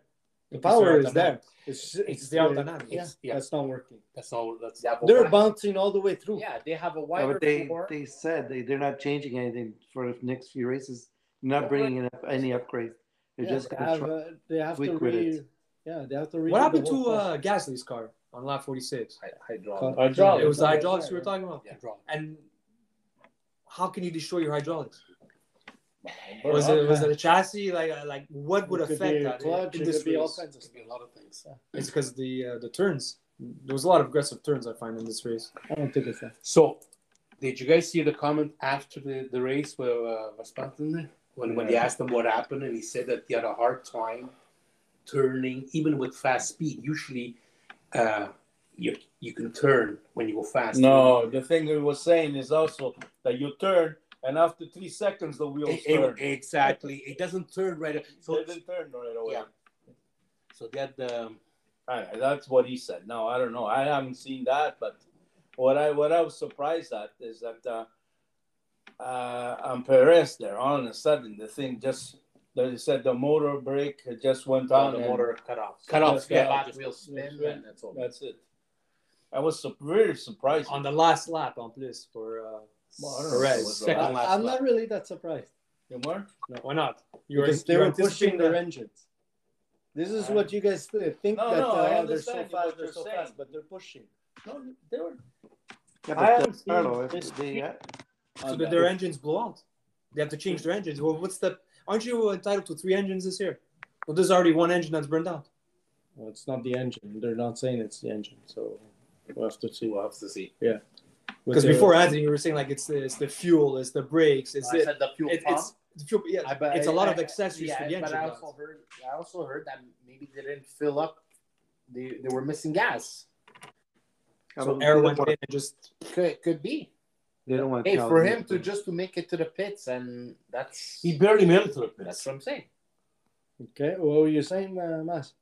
Speaker 6: The
Speaker 1: It's
Speaker 6: power
Speaker 1: their
Speaker 6: is there.
Speaker 1: dynamic.
Speaker 6: It's
Speaker 1: It's their dynamic.
Speaker 6: Yeah,
Speaker 2: Yeah.
Speaker 6: that's not working.
Speaker 2: that's all. That's
Speaker 3: Yeah, but
Speaker 6: They're
Speaker 3: why-
Speaker 6: bouncing all the way through.
Speaker 3: Yeah, they have a
Speaker 4: No,
Speaker 3: wider
Speaker 4: but they,
Speaker 3: floor.
Speaker 4: they said they, they're not changing anything for the next few races, not
Speaker 3: Well,
Speaker 4: bringing in up, any upgrades. They're
Speaker 6: Yeah,
Speaker 4: just
Speaker 6: they
Speaker 4: going to
Speaker 6: have,
Speaker 4: try.
Speaker 6: uh, they have to
Speaker 4: tweak with
Speaker 6: re.
Speaker 4: it.
Speaker 6: Yeah, they have to re.
Speaker 1: What happened to uh, Gasly's car on lap 46?
Speaker 3: Hy- hydraulic.
Speaker 5: Our
Speaker 6: Oh,
Speaker 5: job.
Speaker 1: It was the hydraulics we were talking about.
Speaker 2: yeah, draw.
Speaker 1: And how can you destroy your hydraulics?
Speaker 5: But
Speaker 1: Was
Speaker 5: how-
Speaker 1: it was it a chassis? Like uh, like what would
Speaker 6: It could
Speaker 1: affect
Speaker 6: be
Speaker 1: that
Speaker 6: clutch,
Speaker 1: in
Speaker 6: it
Speaker 1: this
Speaker 6: could be all
Speaker 1: race?
Speaker 6: kinds
Speaker 2: Could be a lot of things.
Speaker 1: It's because the uh, the turns. There was a lot of aggressive turns I find in this race.
Speaker 6: I don't think it's that.
Speaker 2: So, did you guys see the comment after the, the race where uh, Verstappen, when when they asked him what happened, and he said that he had a hard time turning, even with fast speed. Usually, uh, you you can turn when you go fast.
Speaker 5: No, the thing we were saying is also that you turn and after three seconds the wheels
Speaker 2: It- it-
Speaker 5: turn.
Speaker 2: exactly. It doesn't turn right. So,
Speaker 5: they didn't turn right away.
Speaker 2: Yeah. so that um,
Speaker 5: I- that's what he said. Now I don't know. I haven't seen that, but what I what I was surprised at is that uh, uh, on Perez there, all of a sudden the thing just they said the motor brake just went on.
Speaker 3: the
Speaker 5: and
Speaker 3: motor cut off.
Speaker 2: cut off.
Speaker 5: Yeah,
Speaker 2: Yeah,
Speaker 3: back
Speaker 2: just-
Speaker 3: wheel spin,
Speaker 5: yeah.
Speaker 3: and that's all.
Speaker 5: That's it. I was su- very surprised.
Speaker 1: on the last lap on plus for uh,
Speaker 5: Well, I don't know if it
Speaker 1: Perez.
Speaker 5: was the
Speaker 1: Second
Speaker 2: last-
Speaker 1: lap.
Speaker 6: I, am not really that surprised
Speaker 5: You were?
Speaker 1: No, why not? You
Speaker 6: because they
Speaker 1: you
Speaker 6: were pushing
Speaker 1: anticipating
Speaker 6: their
Speaker 1: that-
Speaker 6: engines. This is
Speaker 5: I-
Speaker 6: what you guys th- think
Speaker 5: No,
Speaker 6: that uh,
Speaker 5: no, I
Speaker 6: oh, they're so
Speaker 5: understand
Speaker 6: fast,
Speaker 5: what
Speaker 6: they're
Speaker 5: you're
Speaker 6: so
Speaker 5: saying.
Speaker 6: fast, but they're pushing.
Speaker 5: No, they were.
Speaker 4: Yeah,
Speaker 1: I
Speaker 4: but
Speaker 1: haven't
Speaker 4: the-
Speaker 1: seen
Speaker 4: Carlo, if
Speaker 1: this
Speaker 4: they,
Speaker 1: so
Speaker 4: uh,
Speaker 5: on
Speaker 1: that
Speaker 5: that.
Speaker 1: their engines blow out. They have to change their engines. Well, what's the? Aren't you entitled to three engines this year? Well, there's already one engine that's burned out.
Speaker 6: Well, it's not the engine. They're not saying it's the engine, so we'll have to see.
Speaker 3: We'll have to see.
Speaker 6: what
Speaker 1: Because
Speaker 6: they're-
Speaker 1: before Anthony, you were saying like it's the, it's the fuel, it's the brakes, it's
Speaker 3: I
Speaker 1: it,
Speaker 3: said the fuel
Speaker 1: it-
Speaker 3: pump.
Speaker 1: it's the fuel, yeah,
Speaker 3: I- but
Speaker 1: it's
Speaker 3: I-
Speaker 1: a lot
Speaker 3: I-
Speaker 1: of accessories
Speaker 3: yeah,
Speaker 1: for the engine.
Speaker 3: But I
Speaker 1: guys.
Speaker 3: also heard, I also heard that maybe they didn't fill up. They, they were missing gas.
Speaker 4: I
Speaker 1: so
Speaker 4: don't-
Speaker 1: air
Speaker 4: they
Speaker 1: went
Speaker 4: don't
Speaker 1: in
Speaker 4: want-
Speaker 1: and just
Speaker 3: Could could be.
Speaker 4: they don't want
Speaker 3: Hey,
Speaker 4: Calvin
Speaker 3: for him to just to make it to the pits, and that's
Speaker 2: he barely made it to the
Speaker 3: that's
Speaker 2: pits.
Speaker 3: what I'm saying.
Speaker 6: Okay, what were you saying, uh, Mas?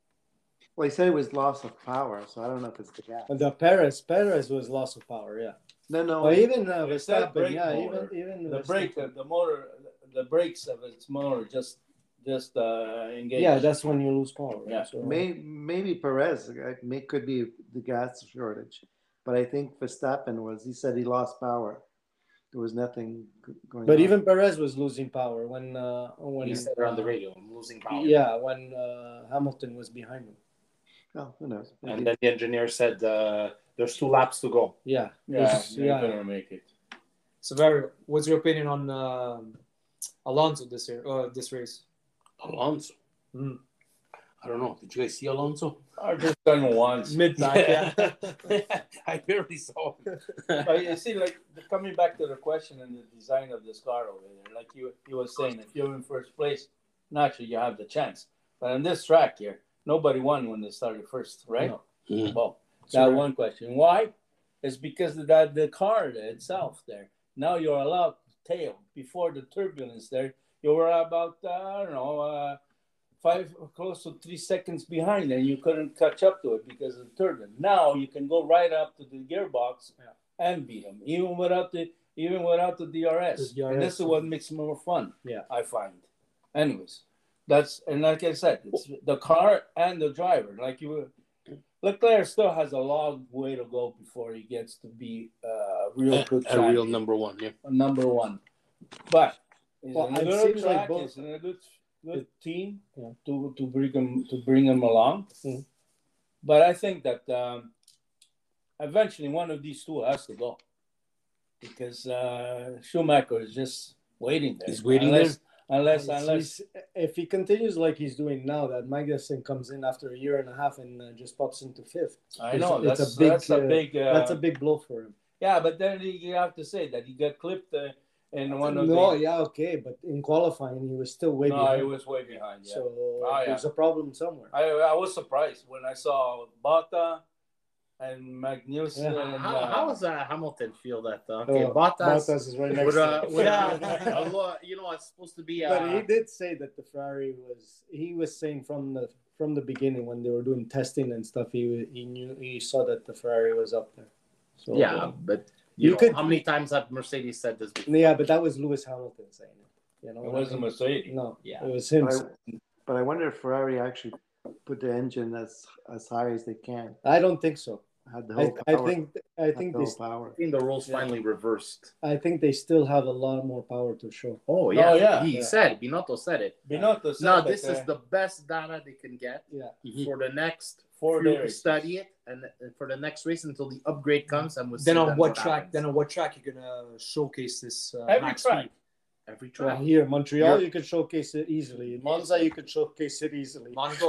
Speaker 4: Well, he said it was loss of power, so I don't know if it's the gas.
Speaker 6: The Perez, Perez was loss of power, yeah.
Speaker 4: No, no.
Speaker 6: But even uh,
Speaker 5: It's that
Speaker 6: Verstappen,
Speaker 5: brake
Speaker 6: yeah, even
Speaker 5: motor.
Speaker 6: even
Speaker 5: the
Speaker 6: Verstappen.
Speaker 5: brake, uh, the motor, the brakes of its motor just just uh, engaged.
Speaker 6: Yeah, that's when you lose power.
Speaker 5: Yeah.
Speaker 6: Right? So,
Speaker 4: May, maybe Perez uh, may, could be the gas shortage, but I think Verstappen was. He said he lost power. There was nothing g- going.
Speaker 6: but
Speaker 4: on.
Speaker 6: even Perez was losing power when uh, when
Speaker 3: He said it on the radio, I'm losing power.
Speaker 6: Yeah, when uh, Hamilton was behind him.
Speaker 4: oh, who knows?
Speaker 3: And
Speaker 4: Maybe.
Speaker 3: then the engineer said, uh, "There's two laps to go."
Speaker 6: Yeah,
Speaker 5: yeah,
Speaker 6: there's-
Speaker 5: you're
Speaker 6: yeah.
Speaker 5: gonna make it.
Speaker 1: so very. What's your opinion on um, Alonso this year? Uh, this race?
Speaker 2: Alonso.
Speaker 6: Hmm.
Speaker 1: Mm.
Speaker 2: I don't know. Did you guys see Alonso?
Speaker 5: I just done once.
Speaker 1: Mid pack, yeah.
Speaker 2: I barely saw him.
Speaker 5: But you see, like coming back to the question and the design of this car over there, like you you were saying, if you're in first place, naturally you have the chance. But on this track here, nobody won when they started first, right?
Speaker 6: No.
Speaker 2: Mm.
Speaker 5: Well, that
Speaker 6: Sure.
Speaker 5: one question. Why? It's because of that the car itself there. Now you're allowed to tail before the turbulence there. You were about uh, I don't know uh, five close to three seconds behind, and you couldn't catch up to it because of the turbulence. Now you can go right up to the gearbox
Speaker 1: Yeah.
Speaker 5: and beat them, even without the even without the DRS.
Speaker 6: The
Speaker 5: And this
Speaker 6: DRS.
Speaker 5: is what makes it more fun.
Speaker 6: Yeah.
Speaker 5: I find. Anyways, that's and like I said, it's the car and the driver. Like you were Leclerc still has a long way to go before he gets to be uh, real good
Speaker 2: A real
Speaker 5: champion,
Speaker 2: number one. Yeah.
Speaker 5: number one. But he's
Speaker 6: Well,
Speaker 5: in a
Speaker 6: it
Speaker 5: good
Speaker 6: seems like
Speaker 5: track,
Speaker 6: both-
Speaker 5: he's in a good, good team
Speaker 6: Yeah.
Speaker 5: to, to bring him to bring him along.
Speaker 6: Mhm.
Speaker 5: But I think that um, eventually one of these two has to go because uh, Schumacher is just waiting there.
Speaker 2: He's waiting
Speaker 5: unless,
Speaker 2: there.
Speaker 5: unless
Speaker 6: It's-
Speaker 5: unless
Speaker 6: he's- if he continues like he's doing now, that Magnussen comes in after a year and a half and uh, just pops into fifth.
Speaker 5: I
Speaker 6: it's-
Speaker 5: know
Speaker 6: it's
Speaker 5: that's
Speaker 6: a big,
Speaker 5: that's a
Speaker 6: uh,
Speaker 5: big uh,
Speaker 6: That's a big blow for him.
Speaker 5: Yeah, but then you you have to say that he got clipped uh, in one of
Speaker 6: no,
Speaker 5: the.
Speaker 6: yeah, okay, but in qualifying he was still way
Speaker 5: no,
Speaker 6: behind.
Speaker 5: he was way behind. Yeah,
Speaker 6: So
Speaker 3: Oh,
Speaker 5: yeah.
Speaker 6: there's a problem somewhere.
Speaker 5: I, I was surprised when I saw Bata and Magnussen.
Speaker 6: Yeah.
Speaker 5: And,
Speaker 3: How,
Speaker 5: uh,
Speaker 3: how does uh, Hamilton feel that? Uh, okay,
Speaker 6: Uh,
Speaker 3: Bottas,
Speaker 6: Bottas is right next
Speaker 3: would,
Speaker 6: to
Speaker 3: uh,
Speaker 6: him.
Speaker 3: would, uh,
Speaker 6: Yeah.
Speaker 3: a lo- you know, it's supposed to be. Uh,
Speaker 6: But he did say that the Ferrari was. He was saying from the from the beginning when they were doing testing and stuff, he he knew he saw that the Ferrari was up there. So um,
Speaker 3: yeah, but you,
Speaker 6: You
Speaker 3: know,
Speaker 6: could-
Speaker 3: how many times have Mercedes said this? Before?
Speaker 6: yeah, but that was Lewis Hamilton saying it. You know,
Speaker 5: It wasn't Mercedes.
Speaker 6: No,
Speaker 3: Yeah.
Speaker 6: it was him.
Speaker 4: But I, but I wonder if Ferrari actually put the engine as as high as they can.
Speaker 6: I don't think so.
Speaker 4: Had the
Speaker 6: I,
Speaker 4: whole
Speaker 6: I
Speaker 4: power.
Speaker 6: think I
Speaker 4: had
Speaker 6: think
Speaker 4: the
Speaker 6: they
Speaker 4: whole power.
Speaker 3: I think the roles finally reversed.
Speaker 6: I think they still have a lot more power to show.
Speaker 3: Oh
Speaker 5: yeah.
Speaker 3: he
Speaker 6: Yeah.
Speaker 3: said Binotto said it.
Speaker 5: Binotto said
Speaker 3: Now
Speaker 5: that,
Speaker 3: this
Speaker 5: uh,
Speaker 3: is the best data they can get
Speaker 6: Yeah,
Speaker 2: Mhm.
Speaker 3: for the next
Speaker 5: Four
Speaker 3: few to
Speaker 5: days.
Speaker 3: study it and and for the next race until the upgrade comes and we'll
Speaker 1: Then
Speaker 3: see
Speaker 1: on what track?
Speaker 3: happens.
Speaker 1: Then on what track you're gonna showcase this? Uh,
Speaker 5: Every
Speaker 1: max
Speaker 5: track.
Speaker 1: speed?
Speaker 3: every track.
Speaker 6: Well, here Montreal,
Speaker 3: You're-
Speaker 6: you could showcase it easily. In Monza, you could showcase it easily.
Speaker 1: Monaco,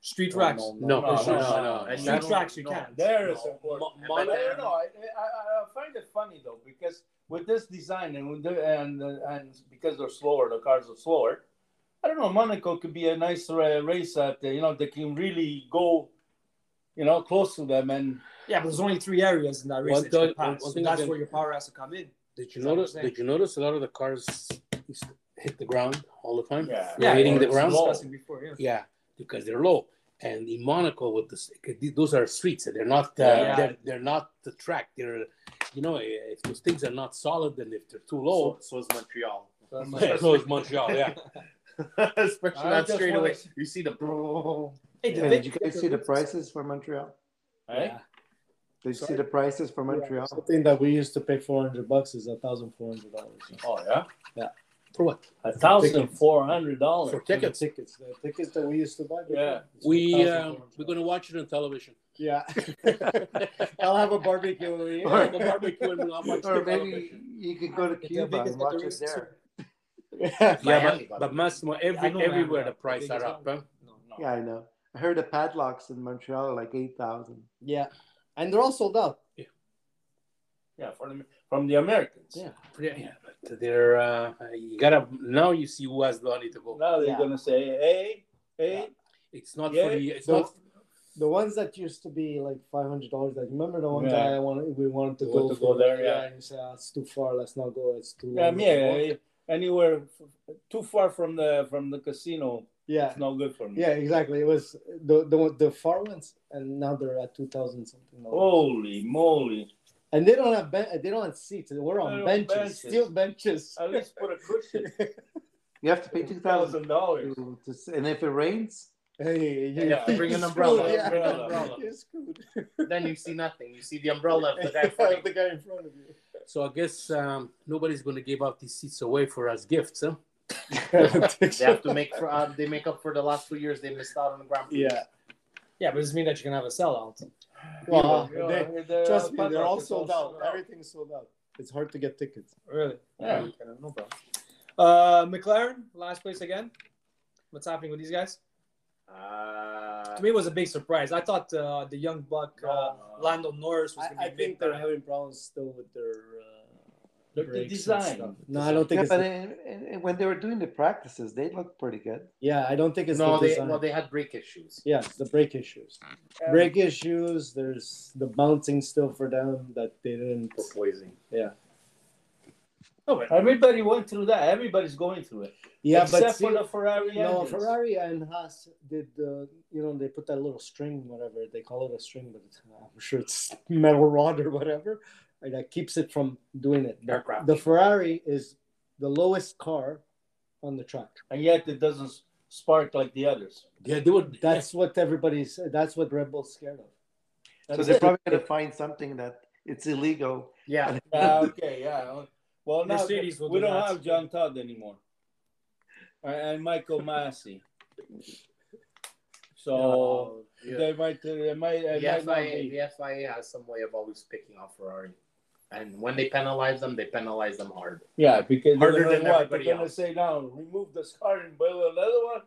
Speaker 1: street
Speaker 6: No,
Speaker 1: tracks.
Speaker 6: no,
Speaker 2: No,
Speaker 5: No,
Speaker 2: no, no.
Speaker 5: no,
Speaker 3: And
Speaker 1: Street
Speaker 3: you don't-
Speaker 1: tracks you
Speaker 3: no.
Speaker 1: can.
Speaker 5: There is
Speaker 3: No.
Speaker 5: important.
Speaker 2: Mo-
Speaker 5: But I
Speaker 2: Monaco-
Speaker 5: don't know. I, I, I- I find it funny though because with this design and with the, and uh, and because they're slower, the cars are slower. I don't know. Monaco could be a nice ra- race that uh, you know they can really go, you know, close to them and
Speaker 1: Yeah, but there's only three areas in that race.
Speaker 2: One
Speaker 1: that you can
Speaker 2: thing-
Speaker 1: pass,
Speaker 2: one
Speaker 1: so
Speaker 2: thing I
Speaker 1: that's
Speaker 2: can-
Speaker 1: where your power has to come in.
Speaker 2: Did you
Speaker 1: That's what I'm
Speaker 2: notice?
Speaker 1: saying.
Speaker 2: Did you notice a lot of the cars used to hit the ground all the time?
Speaker 3: Yeah.
Speaker 2: They're hitting the
Speaker 1: we were
Speaker 2: ground.
Speaker 1: discussing before, yeah.
Speaker 2: Yeah, because they're low. And in Monaco, with this, those are streets. They're not. Uh,
Speaker 1: Yeah.
Speaker 2: They're, they're not the track. They're, you know, if those things are not solid, then if they're too low,
Speaker 3: So, so is Montreal.
Speaker 2: so, is Montreal. Yeah,
Speaker 3: Especially
Speaker 5: Uh,
Speaker 1: I
Speaker 3: that
Speaker 1: just
Speaker 3: straight away.
Speaker 1: wanna-
Speaker 3: You see the.
Speaker 6: Oh.
Speaker 1: Hey,
Speaker 4: And did you guys see the prices for Montreal?
Speaker 5: Eh?
Speaker 2: yeah.
Speaker 4: Did you see the prices for Montreal?
Speaker 6: Something that we used to pay four hundred bucks is thousand four hundred dollars.
Speaker 3: Oh, yeah?
Speaker 2: For what?
Speaker 5: A thousand four hundred dollars.
Speaker 2: For tickets.
Speaker 6: tickets, the tickets that we used to buy. before,
Speaker 5: Yeah.
Speaker 6: it's
Speaker 2: We um,
Speaker 6: $1,400.
Speaker 2: we're gonna watch it on television.
Speaker 6: yeah. I'll have a barbecue over here.
Speaker 4: Or-
Speaker 2: The barbecue and we'll watch it
Speaker 4: Or
Speaker 2: on
Speaker 4: maybe
Speaker 2: television.
Speaker 4: you could go to
Speaker 1: It's a
Speaker 4: Cuba
Speaker 1: biggest
Speaker 4: and watch it
Speaker 1: Gatorade
Speaker 4: there.
Speaker 2: Yeah,
Speaker 3: Miami,
Speaker 2: but,
Speaker 3: by
Speaker 2: but
Speaker 3: the way.
Speaker 2: Massimo, every,
Speaker 1: I know
Speaker 2: everywhere
Speaker 1: Miami,
Speaker 2: the
Speaker 1: yeah.
Speaker 2: price
Speaker 1: Big
Speaker 2: are
Speaker 1: as
Speaker 2: up.
Speaker 1: well.
Speaker 2: Huh?
Speaker 1: No, no.
Speaker 4: Yeah, I know. I heard the padlocks in Montreal are like eight thousand.
Speaker 6: Yeah, and they're all sold out.
Speaker 5: Yeah, from the, from the Americans.
Speaker 2: Yeah. Yeah, yeah, but they're uh, you gotta now you see who has the money to go.
Speaker 5: Now they're
Speaker 6: Yeah.
Speaker 5: gonna say, hey, hey,
Speaker 2: It's not
Speaker 5: Yeah.
Speaker 2: for the it's
Speaker 6: The-
Speaker 2: not
Speaker 6: The ones that used to be like five hundred dollars. Like remember the one
Speaker 5: Yeah.
Speaker 6: guy I wanted, we wanted to
Speaker 5: We
Speaker 6: go
Speaker 5: wanted to
Speaker 6: for,
Speaker 5: go there, yeah.
Speaker 6: and he said "Ah, it's too far. Let's not go. It's too.
Speaker 5: yeah,
Speaker 6: long
Speaker 5: me,
Speaker 6: to walk."
Speaker 5: eh, anywhere f- too far from the from the casino,
Speaker 6: yeah,
Speaker 5: it's no good for me.
Speaker 6: yeah, exactly. It was the the the far ones, and now they're at two thousand something. dollars.
Speaker 5: Holy moly!
Speaker 6: and they don't have ben- they don't have seats. We're
Speaker 5: Oh. They're
Speaker 6: on
Speaker 5: on
Speaker 6: benches,
Speaker 5: benches.
Speaker 6: steel benches.
Speaker 5: At least put a cushion.
Speaker 4: You have to pay two thousand.
Speaker 5: Thousand dollars.
Speaker 4: to, to, s- and if it rains,
Speaker 6: Hey, you-
Speaker 3: Yeah, bring an
Speaker 6: you're
Speaker 3: umbrella.
Speaker 6: screwed, yeah.
Speaker 5: Bring an
Speaker 2: umbrella.
Speaker 6: You're screwed.
Speaker 3: then you see nothing. You see the umbrella of the guy. fighting.
Speaker 6: the guy in front of you.
Speaker 2: so I guess um, nobody's gonna give out these seats away for us gifts, huh?
Speaker 3: they have to make for uh, they make up for the last two years they missed out on the Grand Prix.
Speaker 6: Yeah.
Speaker 1: Yeah, but it doesn't mean that you're gonna have a sellout.
Speaker 6: Well,
Speaker 5: Yeah,
Speaker 6: they-
Speaker 5: they're-
Speaker 6: Trust me,
Speaker 5: but
Speaker 6: they're all
Speaker 5: it's
Speaker 6: sold out.
Speaker 5: out.
Speaker 6: Everything's sold out. It's hard to get tickets.
Speaker 1: Really?
Speaker 5: Yeah.
Speaker 1: Okay, no problem. Uh, McLaren, last place again. What's happening with these guys?
Speaker 3: Uh,
Speaker 1: To me, it was a big surprise. I thought uh, the young buck uh, Lando Norris was gonna
Speaker 6: I, I
Speaker 1: be big.
Speaker 6: think they're having problems still with their uh,
Speaker 5: The- the
Speaker 6: brakes and
Speaker 5: design.
Speaker 6: stuff. No, I don't think
Speaker 4: yeah,
Speaker 6: it's.
Speaker 4: but
Speaker 6: the-
Speaker 4: and, and- and when they were doing the practices, they looked pretty good.
Speaker 6: yeah, I don't think it's
Speaker 3: no,
Speaker 6: the
Speaker 3: they
Speaker 6: design.
Speaker 3: well they had brake issues.
Speaker 6: yeah, it's the brake issues. brake issues. There's the bouncing still for them that they didn't.
Speaker 3: poison.
Speaker 1: Oh, but
Speaker 5: Everybody went through that. Everybody's going through it.
Speaker 6: Yeah,
Speaker 5: except
Speaker 6: but see,
Speaker 5: for the Ferrari.
Speaker 6: no,
Speaker 5: engines.
Speaker 6: Ferrari and Haas did the. You know, they put that little string, whatever they call it, a string, but it's, I'm sure it's metal rod or whatever, and that keeps it from doing it. The-
Speaker 3: Aircraft.
Speaker 6: the Ferrari is the lowest car on the track.
Speaker 5: and yet it doesn't s- spark like the others.
Speaker 2: Yeah, they would.
Speaker 6: That's what everybody's. That's what Red Bull's scared of.
Speaker 4: So
Speaker 6: That's
Speaker 4: they're
Speaker 6: it.
Speaker 4: probably going to find something that it's illegal.
Speaker 3: Yeah.
Speaker 5: Yeah, okay, yeah. Well, now
Speaker 1: Mercedes will
Speaker 5: we
Speaker 1: do
Speaker 5: don't
Speaker 1: that.
Speaker 5: have John Todd anymore, and and Michael Massey. So
Speaker 6: Oh,
Speaker 3: yeah.
Speaker 5: they might, they might,
Speaker 3: The,
Speaker 5: they might not
Speaker 3: FIA,
Speaker 5: be.
Speaker 3: the FIA has some way of always picking on Ferrari. And when they penalize them, they penalize them hard.
Speaker 5: Yeah, because
Speaker 3: Harder
Speaker 5: they're gonna-
Speaker 3: than
Speaker 5: what,
Speaker 3: everybody
Speaker 5: They're gonna
Speaker 3: else.
Speaker 5: say now, remove this car and build another one.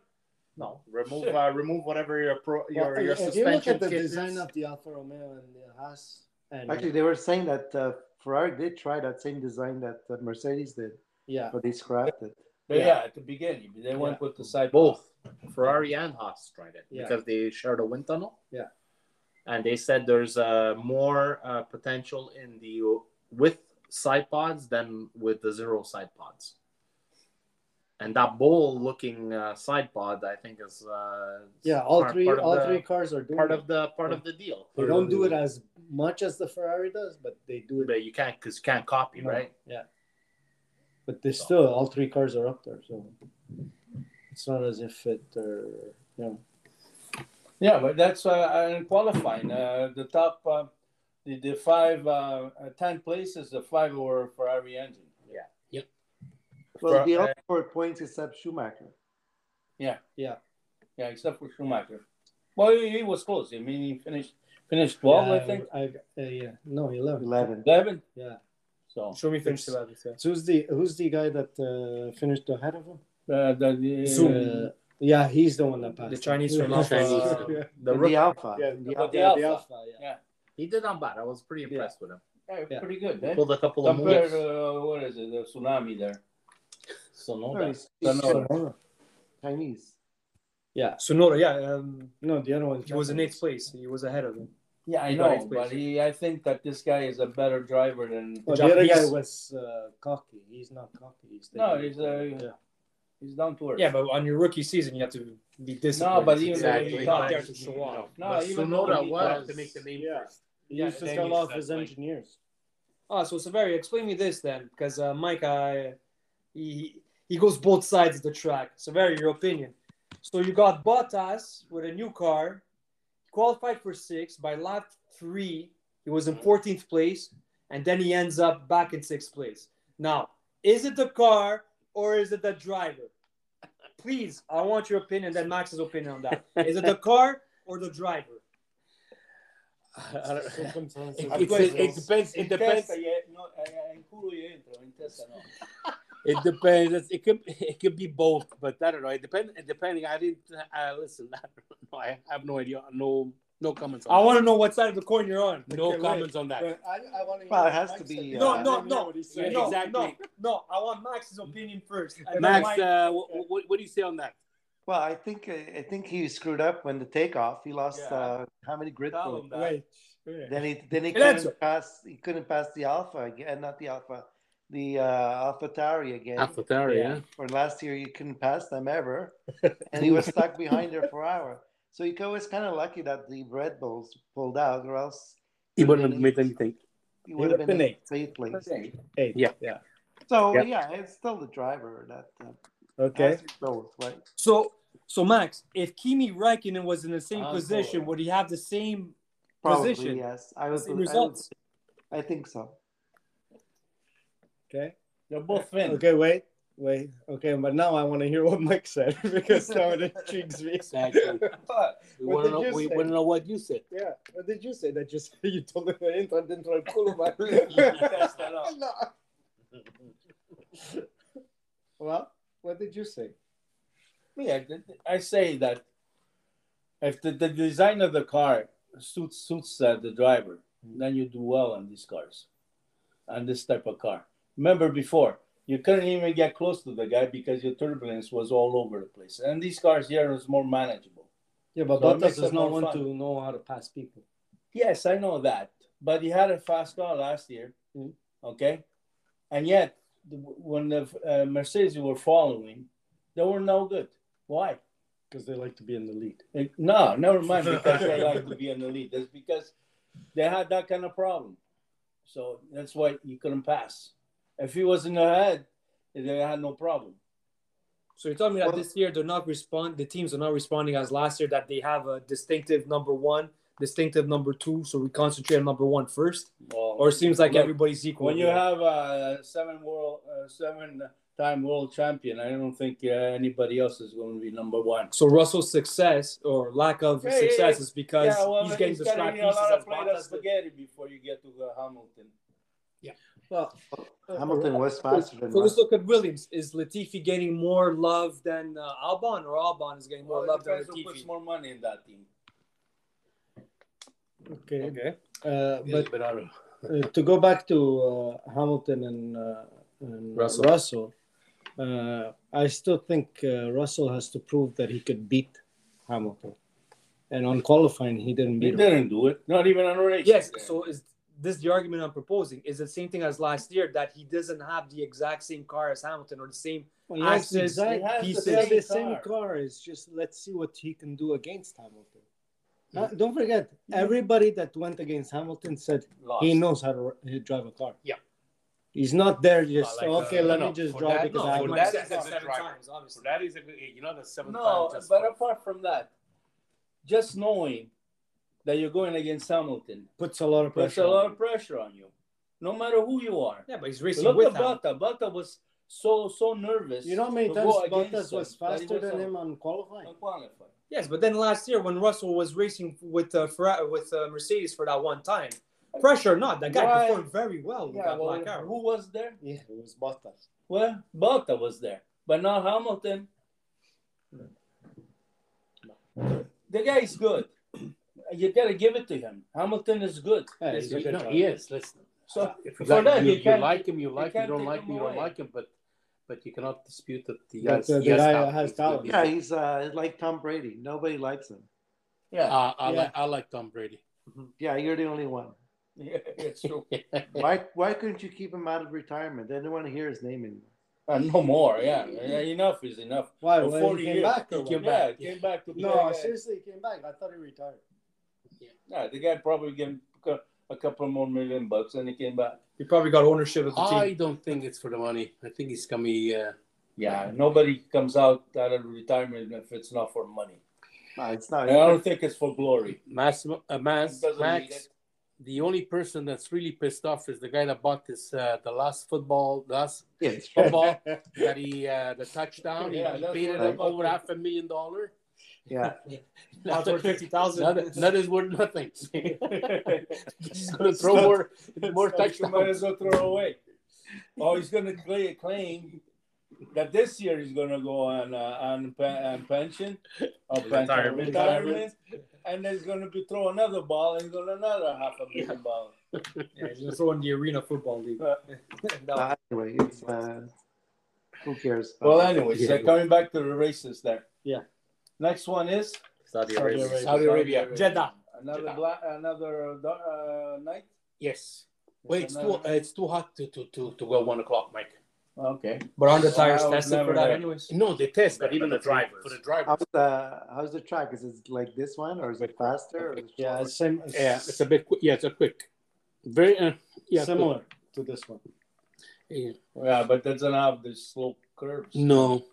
Speaker 3: No, remove uh, remove whatever your pro, your,
Speaker 6: Well,
Speaker 3: your
Speaker 6: if you look
Speaker 3: suspension
Speaker 6: at the
Speaker 3: kit is.
Speaker 6: design of the Alfa Romeo and the Haas, and
Speaker 4: Actually, they were saying that uh, Ferrari did try that same design that uh, Mercedes did,
Speaker 6: yeah,
Speaker 4: but they scrapped it.
Speaker 5: But yeah,
Speaker 6: Yeah.
Speaker 5: at the beginning they went with the side
Speaker 3: both Ferrari and Haas tried it
Speaker 6: Yeah.
Speaker 3: because they shared a wind tunnel.
Speaker 6: Yeah.
Speaker 3: and they said there's uh, more uh, potential in the with side pods than with the zero side pods. And that bowl-looking uh, side pod, I think, is uh,
Speaker 6: yeah, all
Speaker 3: part-
Speaker 6: three,
Speaker 3: part of
Speaker 6: all
Speaker 3: the-
Speaker 6: three cars are doing
Speaker 3: part
Speaker 6: it.
Speaker 3: of the part of the deal.
Speaker 6: They don't do it as much as the Ferrari does, but they do it.
Speaker 3: But you can't because you can't copy,
Speaker 6: No.
Speaker 3: right?
Speaker 6: Yeah, but they still all three cars are up there, so it's not as if it. Or, you know,
Speaker 5: Yeah, but that's uh, in qualifying. Uh, the top, uh, the, the five, uh, uh, ten places, the five were Ferrari engine.
Speaker 4: Well,
Speaker 5: Fer-
Speaker 4: they all
Speaker 5: uh,
Speaker 4: scored points except Schumacher.
Speaker 5: Yeah, except for Schumacher. Well, he, he was close. I mean, he finished finished twelve, I
Speaker 6: yeah,
Speaker 5: think,
Speaker 6: I, uh, yeah, no, eleven.
Speaker 4: Eleven.
Speaker 5: eleven.
Speaker 6: Yeah.
Speaker 5: So
Speaker 1: show me finish the levels, yeah.
Speaker 6: So who's the who's the guy that uh, finished ahead of him?
Speaker 5: uh, the, the
Speaker 1: Zoom.
Speaker 6: Uh, yeah, he's the one that passed.
Speaker 1: The
Speaker 6: him.
Speaker 1: Chinese from
Speaker 6: Yeah.
Speaker 1: Alpha.
Speaker 3: Chinese.
Speaker 6: Yeah.
Speaker 3: The
Speaker 4: And
Speaker 3: rook,
Speaker 4: the Alpha.
Speaker 6: Yeah,
Speaker 4: and the
Speaker 5: but
Speaker 4: Alpha.
Speaker 5: the Alpha.
Speaker 6: yeah.
Speaker 3: he did not bad. I was pretty
Speaker 6: Yeah.
Speaker 3: impressed with him.
Speaker 5: yeah,
Speaker 6: Yeah.
Speaker 5: pretty good. Eh?
Speaker 3: Pulled a couple of
Speaker 5: Compared,
Speaker 3: moves.
Speaker 5: uh, what is it? The tsunami there.
Speaker 4: No,
Speaker 5: Sonoda.
Speaker 4: he's- he's
Speaker 5: Sonoda.
Speaker 4: Chinese.
Speaker 1: Sonora, yeah. Um,
Speaker 6: No, the other one.
Speaker 1: he was in eighth place. He was ahead of him.
Speaker 5: Yeah,
Speaker 1: Right,
Speaker 5: I know, but he, I think that this guy is a better driver than.
Speaker 6: Well,
Speaker 1: job-
Speaker 6: Oh, the other guy
Speaker 1: he's-
Speaker 6: was uh, cocky. He's not cocky. He's
Speaker 5: No,
Speaker 6: taking-
Speaker 5: he's a-
Speaker 6: yeah.
Speaker 5: He's down to earth.
Speaker 1: Yeah, but on your rookie season, you have to be disciplined.
Speaker 5: no, but even
Speaker 2: Exactly.
Speaker 5: though he's not there,
Speaker 1: to show off.
Speaker 5: no,
Speaker 3: But
Speaker 5: even
Speaker 3: Tsunoda
Speaker 5: though he-
Speaker 3: was-
Speaker 2: to make the name
Speaker 6: Yeah.
Speaker 2: first.
Speaker 6: He
Speaker 2: Yeah,
Speaker 6: used
Speaker 2: the
Speaker 6: to
Speaker 2: thing
Speaker 6: sell
Speaker 2: is
Speaker 6: off
Speaker 2: that,
Speaker 6: his
Speaker 2: like-
Speaker 6: engineers.
Speaker 1: Ah, so Severi, explain me this then, because uh, Mike, I, he he goes both sides of the track. Severi, your opinion. So you got Bottas with a new car, qualified for six by lap three. He was in 14th place, and then he ends up back in sixth place. Now, is it the car or is it the driver? Please, I want your opinion, then Max's opinion on that. Is it the car or the driver?
Speaker 6: I don't-
Speaker 2: It,
Speaker 6: I'm
Speaker 2: it-
Speaker 6: going
Speaker 2: it
Speaker 6: to-
Speaker 2: depends.
Speaker 5: In
Speaker 2: It depends.
Speaker 5: testa, yeah, no, eh, eh, in culo you entro, in testa no.
Speaker 2: It depends. It's- It could. It could be both, but I don't know. It depends. Depending, I didn't. I listen. I don't know. I have no idea. No. No comments.
Speaker 1: I
Speaker 2: On
Speaker 1: want to know what side of the coin you're on.
Speaker 2: that. No
Speaker 1: Okay, like-
Speaker 2: comments on that.
Speaker 6: I, I want to
Speaker 4: Well, it has to be, uh,
Speaker 1: No, no, no,
Speaker 2: said.
Speaker 1: no,
Speaker 2: Exactly.
Speaker 1: no, no. I want Max's opinion first. And then
Speaker 2: Max,
Speaker 1: Mike-
Speaker 2: uh, what, what, what do you say on that?
Speaker 4: Well, I think uh, I think he screwed up when the takeoff. He lost
Speaker 5: Yeah.
Speaker 4: uh, how many grid
Speaker 5: Tell
Speaker 4: points?
Speaker 5: him that.
Speaker 6: Wait. yeah.
Speaker 4: Then he then he
Speaker 1: Lorenzo.
Speaker 4: couldn't pass. He couldn't pass the Alpha again, not the Alpha, the uh, Alpha Tauri again.
Speaker 2: AlphaTauri,
Speaker 5: Yeah.
Speaker 4: Or last year you couldn't pass them ever, and he was stuck behind her for hour. So he was kind of lucky that the Red Bulls pulled out, or else
Speaker 2: He wouldn't have made anything.
Speaker 4: he would have been in eighth place.
Speaker 5: Okay.
Speaker 6: Eight.
Speaker 2: Yeah.
Speaker 6: Yeah.
Speaker 4: So
Speaker 2: Yeah.
Speaker 4: yeah. it's still the driver that uh,
Speaker 6: Okay.
Speaker 4: has it both, right?
Speaker 1: so so Max, if Kimi Räikkönen was in the same
Speaker 5: Ah,
Speaker 1: position,
Speaker 5: cool.
Speaker 1: would he have the same?
Speaker 4: Probably
Speaker 1: Position.
Speaker 4: yes. I would.
Speaker 1: Same
Speaker 4: I would-
Speaker 1: results.
Speaker 4: I think so.
Speaker 6: Okay.
Speaker 5: They're both Finn.
Speaker 6: Okay. Wait. Wait. Okay. But now I want to hear what Mike said because now it intrigues me.
Speaker 2: Exactly.
Speaker 6: What
Speaker 2: We
Speaker 6: What
Speaker 2: want to
Speaker 6: did
Speaker 2: know.
Speaker 6: you
Speaker 2: We
Speaker 6: say?
Speaker 2: want to know what you said.
Speaker 6: Yeah. What did you say? That you said you told him entra dentro del culo, but
Speaker 5: Testa no.
Speaker 6: no. Well, what did you say?
Speaker 5: Yeah, th- th- I say that if the, the design of the car suits suits uh, the driver, then you do well on these cars, on this type of car. Remember before, you couldn't even get close to the guy because your turbulence was all over the place. And these cars here is more manageable.
Speaker 6: Yeah, but
Speaker 5: So it makes
Speaker 6: Bottas
Speaker 5: it
Speaker 6: is not
Speaker 5: more
Speaker 6: one
Speaker 5: fun.
Speaker 6: to know how to pass people.
Speaker 5: Yes, I know that, but he had a fast car last year,
Speaker 6: Mhm.
Speaker 5: okay, and yet the, when the uh, Mercedes were following, they were no good. Why?
Speaker 6: Because they like to be in the lead.
Speaker 5: Like, No, never mind because they like to be in the lead. That's because they had that kind of problem. So that's why you couldn't pass. If he was in the head, they had no problem.
Speaker 1: So you're telling me that
Speaker 4: Well-
Speaker 1: this year they're not respond. The teams are not responding as last year. That they have a distinctive number one, distinctive number two. So we concentrate on number one first.
Speaker 5: Well,
Speaker 1: Or it seems like
Speaker 5: Look,
Speaker 1: everybody's equal.
Speaker 5: when you
Speaker 1: here.
Speaker 5: have a seven world, uh, seven time world champion, I don't think uh, anybody else is going to be number one.
Speaker 1: so Russell's success or lack of
Speaker 5: Yeah, yeah,
Speaker 1: success
Speaker 5: yeah.
Speaker 1: is because he's getting
Speaker 5: he's
Speaker 1: the
Speaker 5: gotta
Speaker 1: scrap
Speaker 5: be
Speaker 1: pieces
Speaker 5: a lot of
Speaker 1: as
Speaker 5: plate of
Speaker 1: Bottas did.
Speaker 5: spaghetti before you get to uh, Hamilton.
Speaker 1: Well,
Speaker 4: Hamilton was faster than
Speaker 1: Uh, So let's
Speaker 4: Russell.
Speaker 1: look at Williams. Is Latifi getting more love than uh, Albon, or Albon is getting more
Speaker 5: Well, it
Speaker 1: love than
Speaker 5: depends who puts
Speaker 1: Latifi?
Speaker 5: more money in that team.
Speaker 6: Okay.
Speaker 1: Okay.
Speaker 6: Uh, but
Speaker 2: but I don't.
Speaker 6: Uh, to go back to uh, Hamilton and, uh, and
Speaker 3: Russell.
Speaker 6: Russell, uh, I still think uh, Russell has to prove that he could beat Hamilton. And on qualifying, he didn't
Speaker 5: He
Speaker 6: beat him.
Speaker 5: didn't do it. Not even on a race.
Speaker 1: Yes. So is this the argument I'm proposing? Is the same thing as last year that he doesn't have the exact same car as Hamilton or the same?
Speaker 6: Well, he has
Speaker 1: Axis,
Speaker 6: exact-
Speaker 5: he has
Speaker 6: he
Speaker 5: the
Speaker 6: still
Speaker 5: same
Speaker 6: the same
Speaker 5: car.
Speaker 6: car. It's just let's see what he can do against Hamilton. Uh, don't forget, everybody that went against Hamilton said
Speaker 5: Lost.
Speaker 6: he knows how to r- he drive a car.
Speaker 3: Yeah.
Speaker 6: He's not there just
Speaker 2: Not like,
Speaker 6: okay.
Speaker 2: uh,
Speaker 6: let
Speaker 2: no,
Speaker 6: me just
Speaker 2: for
Speaker 6: drive
Speaker 2: that-
Speaker 6: because
Speaker 2: no,
Speaker 6: I
Speaker 2: for
Speaker 6: have my
Speaker 2: that-
Speaker 6: set.
Speaker 2: is a good driver.
Speaker 1: times, obviously.
Speaker 2: That is a good. You know the seventh
Speaker 5: No,
Speaker 2: time. just
Speaker 5: but
Speaker 2: for-
Speaker 5: apart from that, just knowing that you're going against Hamilton
Speaker 6: puts a lot of
Speaker 5: puts
Speaker 6: pressure.
Speaker 5: a
Speaker 6: on
Speaker 5: lot
Speaker 6: him.
Speaker 5: of pressure on you, no matter who you are.
Speaker 1: Yeah, but he's racing
Speaker 5: Look
Speaker 1: with
Speaker 5: at
Speaker 1: Hamilton.
Speaker 5: Bata. Bata was so so nervous.
Speaker 6: You know how many
Speaker 5: to
Speaker 6: times
Speaker 5: go against
Speaker 6: Bottas
Speaker 5: them
Speaker 6: was
Speaker 5: that he
Speaker 6: faster
Speaker 5: was
Speaker 6: than
Speaker 5: on-
Speaker 6: him on qualifying?
Speaker 5: on qualify.
Speaker 1: Yes, but then last year when Russell was racing with uh, Ferra- with uh, Mercedes for that one time, pressure or not, that guy
Speaker 5: Why-
Speaker 1: performed very well with
Speaker 5: Yeah,
Speaker 1: that
Speaker 5: well,
Speaker 1: black arrow.
Speaker 5: who was there?
Speaker 6: Yeah, it was Bottas.
Speaker 5: Well, Bata was there, but not Hamilton. The guy is good. You gotta give it to him. Hamilton is good.
Speaker 6: Yeah,
Speaker 5: This
Speaker 6: he's a
Speaker 5: year.
Speaker 6: good
Speaker 2: No,
Speaker 6: driver.
Speaker 2: he is. Listen,
Speaker 5: So
Speaker 2: if you,
Speaker 5: for
Speaker 2: like,
Speaker 5: that,
Speaker 2: you,
Speaker 5: you
Speaker 2: you
Speaker 5: can't-
Speaker 2: like him, you like him,
Speaker 5: can't
Speaker 2: you don't
Speaker 5: take
Speaker 2: like
Speaker 5: him
Speaker 2: him, you don't
Speaker 5: away.
Speaker 2: like him, but but you cannot dispute that the
Speaker 6: But, uh, the guy has talent.
Speaker 4: Yeah, he's uh, like Tom Brady. Nobody likes him.
Speaker 5: yeah.
Speaker 2: Uh, I
Speaker 6: Yeah.
Speaker 2: like I like Tom Brady.
Speaker 4: Yeah, you're the only one.
Speaker 5: Yeah, it's true.
Speaker 4: Why why couldn't you keep him out of retirement? They don't want to hear his name anymore.
Speaker 5: Uh, no more. Yeah. yeah, enough is enough.
Speaker 6: Why?
Speaker 5: For
Speaker 6: when he
Speaker 5: 40
Speaker 6: came
Speaker 5: years,
Speaker 6: back or
Speaker 5: He
Speaker 6: what?
Speaker 5: came back. Came back to play
Speaker 6: No,
Speaker 5: again.
Speaker 6: seriously, he came back. I thought he retired.
Speaker 5: Yeah, the guy probably gave him a couple more million bucks and he came back.
Speaker 1: He probably got ownership of the
Speaker 2: I
Speaker 1: team.
Speaker 2: don't think it's for the money. I think it's coming. Uh,
Speaker 5: Yeah, nobody comes out out of retirement if it's not for money.
Speaker 4: No, it's not.
Speaker 5: And I don't think it's for glory.
Speaker 2: Massimo, uh, Mass,
Speaker 5: Doesn't need
Speaker 2: Max,
Speaker 5: it.
Speaker 2: the only person that's really pissed off is the guy that bought this, uh, the last football, the last
Speaker 4: Yeah, it's true.
Speaker 2: football that he, uh, the touchdown,
Speaker 5: Yeah,
Speaker 2: he
Speaker 5: that's
Speaker 2: paid
Speaker 5: what
Speaker 2: it
Speaker 5: I
Speaker 2: up
Speaker 5: bought
Speaker 2: over
Speaker 5: too.
Speaker 2: half a million dollar.
Speaker 4: yeah.
Speaker 1: Now it's worth fifty
Speaker 2: None,
Speaker 1: thousand.
Speaker 2: none is worth nothing. He's gonna
Speaker 4: It's
Speaker 2: throw
Speaker 4: not-
Speaker 2: more, more
Speaker 5: You might
Speaker 2: touchdowns.
Speaker 5: as well throw away. Oh, he's going to play a claim that this year he's going to go on uh, on, pe- on pension, or pension,
Speaker 3: Retirement.
Speaker 5: retirement, and then he's going to be throw another ball and he's going to another half a million ball.
Speaker 1: Yeah, just throwing the arena football league. No.
Speaker 4: Uh, anyway, it's uh, who cares? about
Speaker 5: Well,
Speaker 4: that?
Speaker 5: anyways, so coming back to the races there.
Speaker 6: Yeah.
Speaker 5: Next one is
Speaker 3: Saudi
Speaker 6: Saudi
Speaker 3: Arabia.
Speaker 6: Arabia.
Speaker 2: Saudi Arabia.
Speaker 1: Jeddah.
Speaker 5: another black, another uh, night.
Speaker 2: Yes. Wait, it's too, uh, it's too hot to, to, to, to go one o'clock, Mike.
Speaker 5: Okay.
Speaker 1: But aren't the tires
Speaker 5: I was
Speaker 1: tested
Speaker 5: never
Speaker 1: for that
Speaker 5: there.
Speaker 1: anyways?
Speaker 2: No, they test,
Speaker 3: But
Speaker 2: but even
Speaker 3: the
Speaker 2: the driver
Speaker 3: drivers.
Speaker 2: for the driver.
Speaker 4: How's the how's the track? Is it like this one, or is it faster? Or is it
Speaker 6: Yeah,
Speaker 4: slower?
Speaker 6: it's sim-
Speaker 2: Yeah, it's a bit. Quick. Yeah, it's a quick. Very. Uh, yeah,
Speaker 6: similar to this one.
Speaker 2: quick. Yeah.
Speaker 5: Yeah, but doesn't have the slope curves.
Speaker 2: No,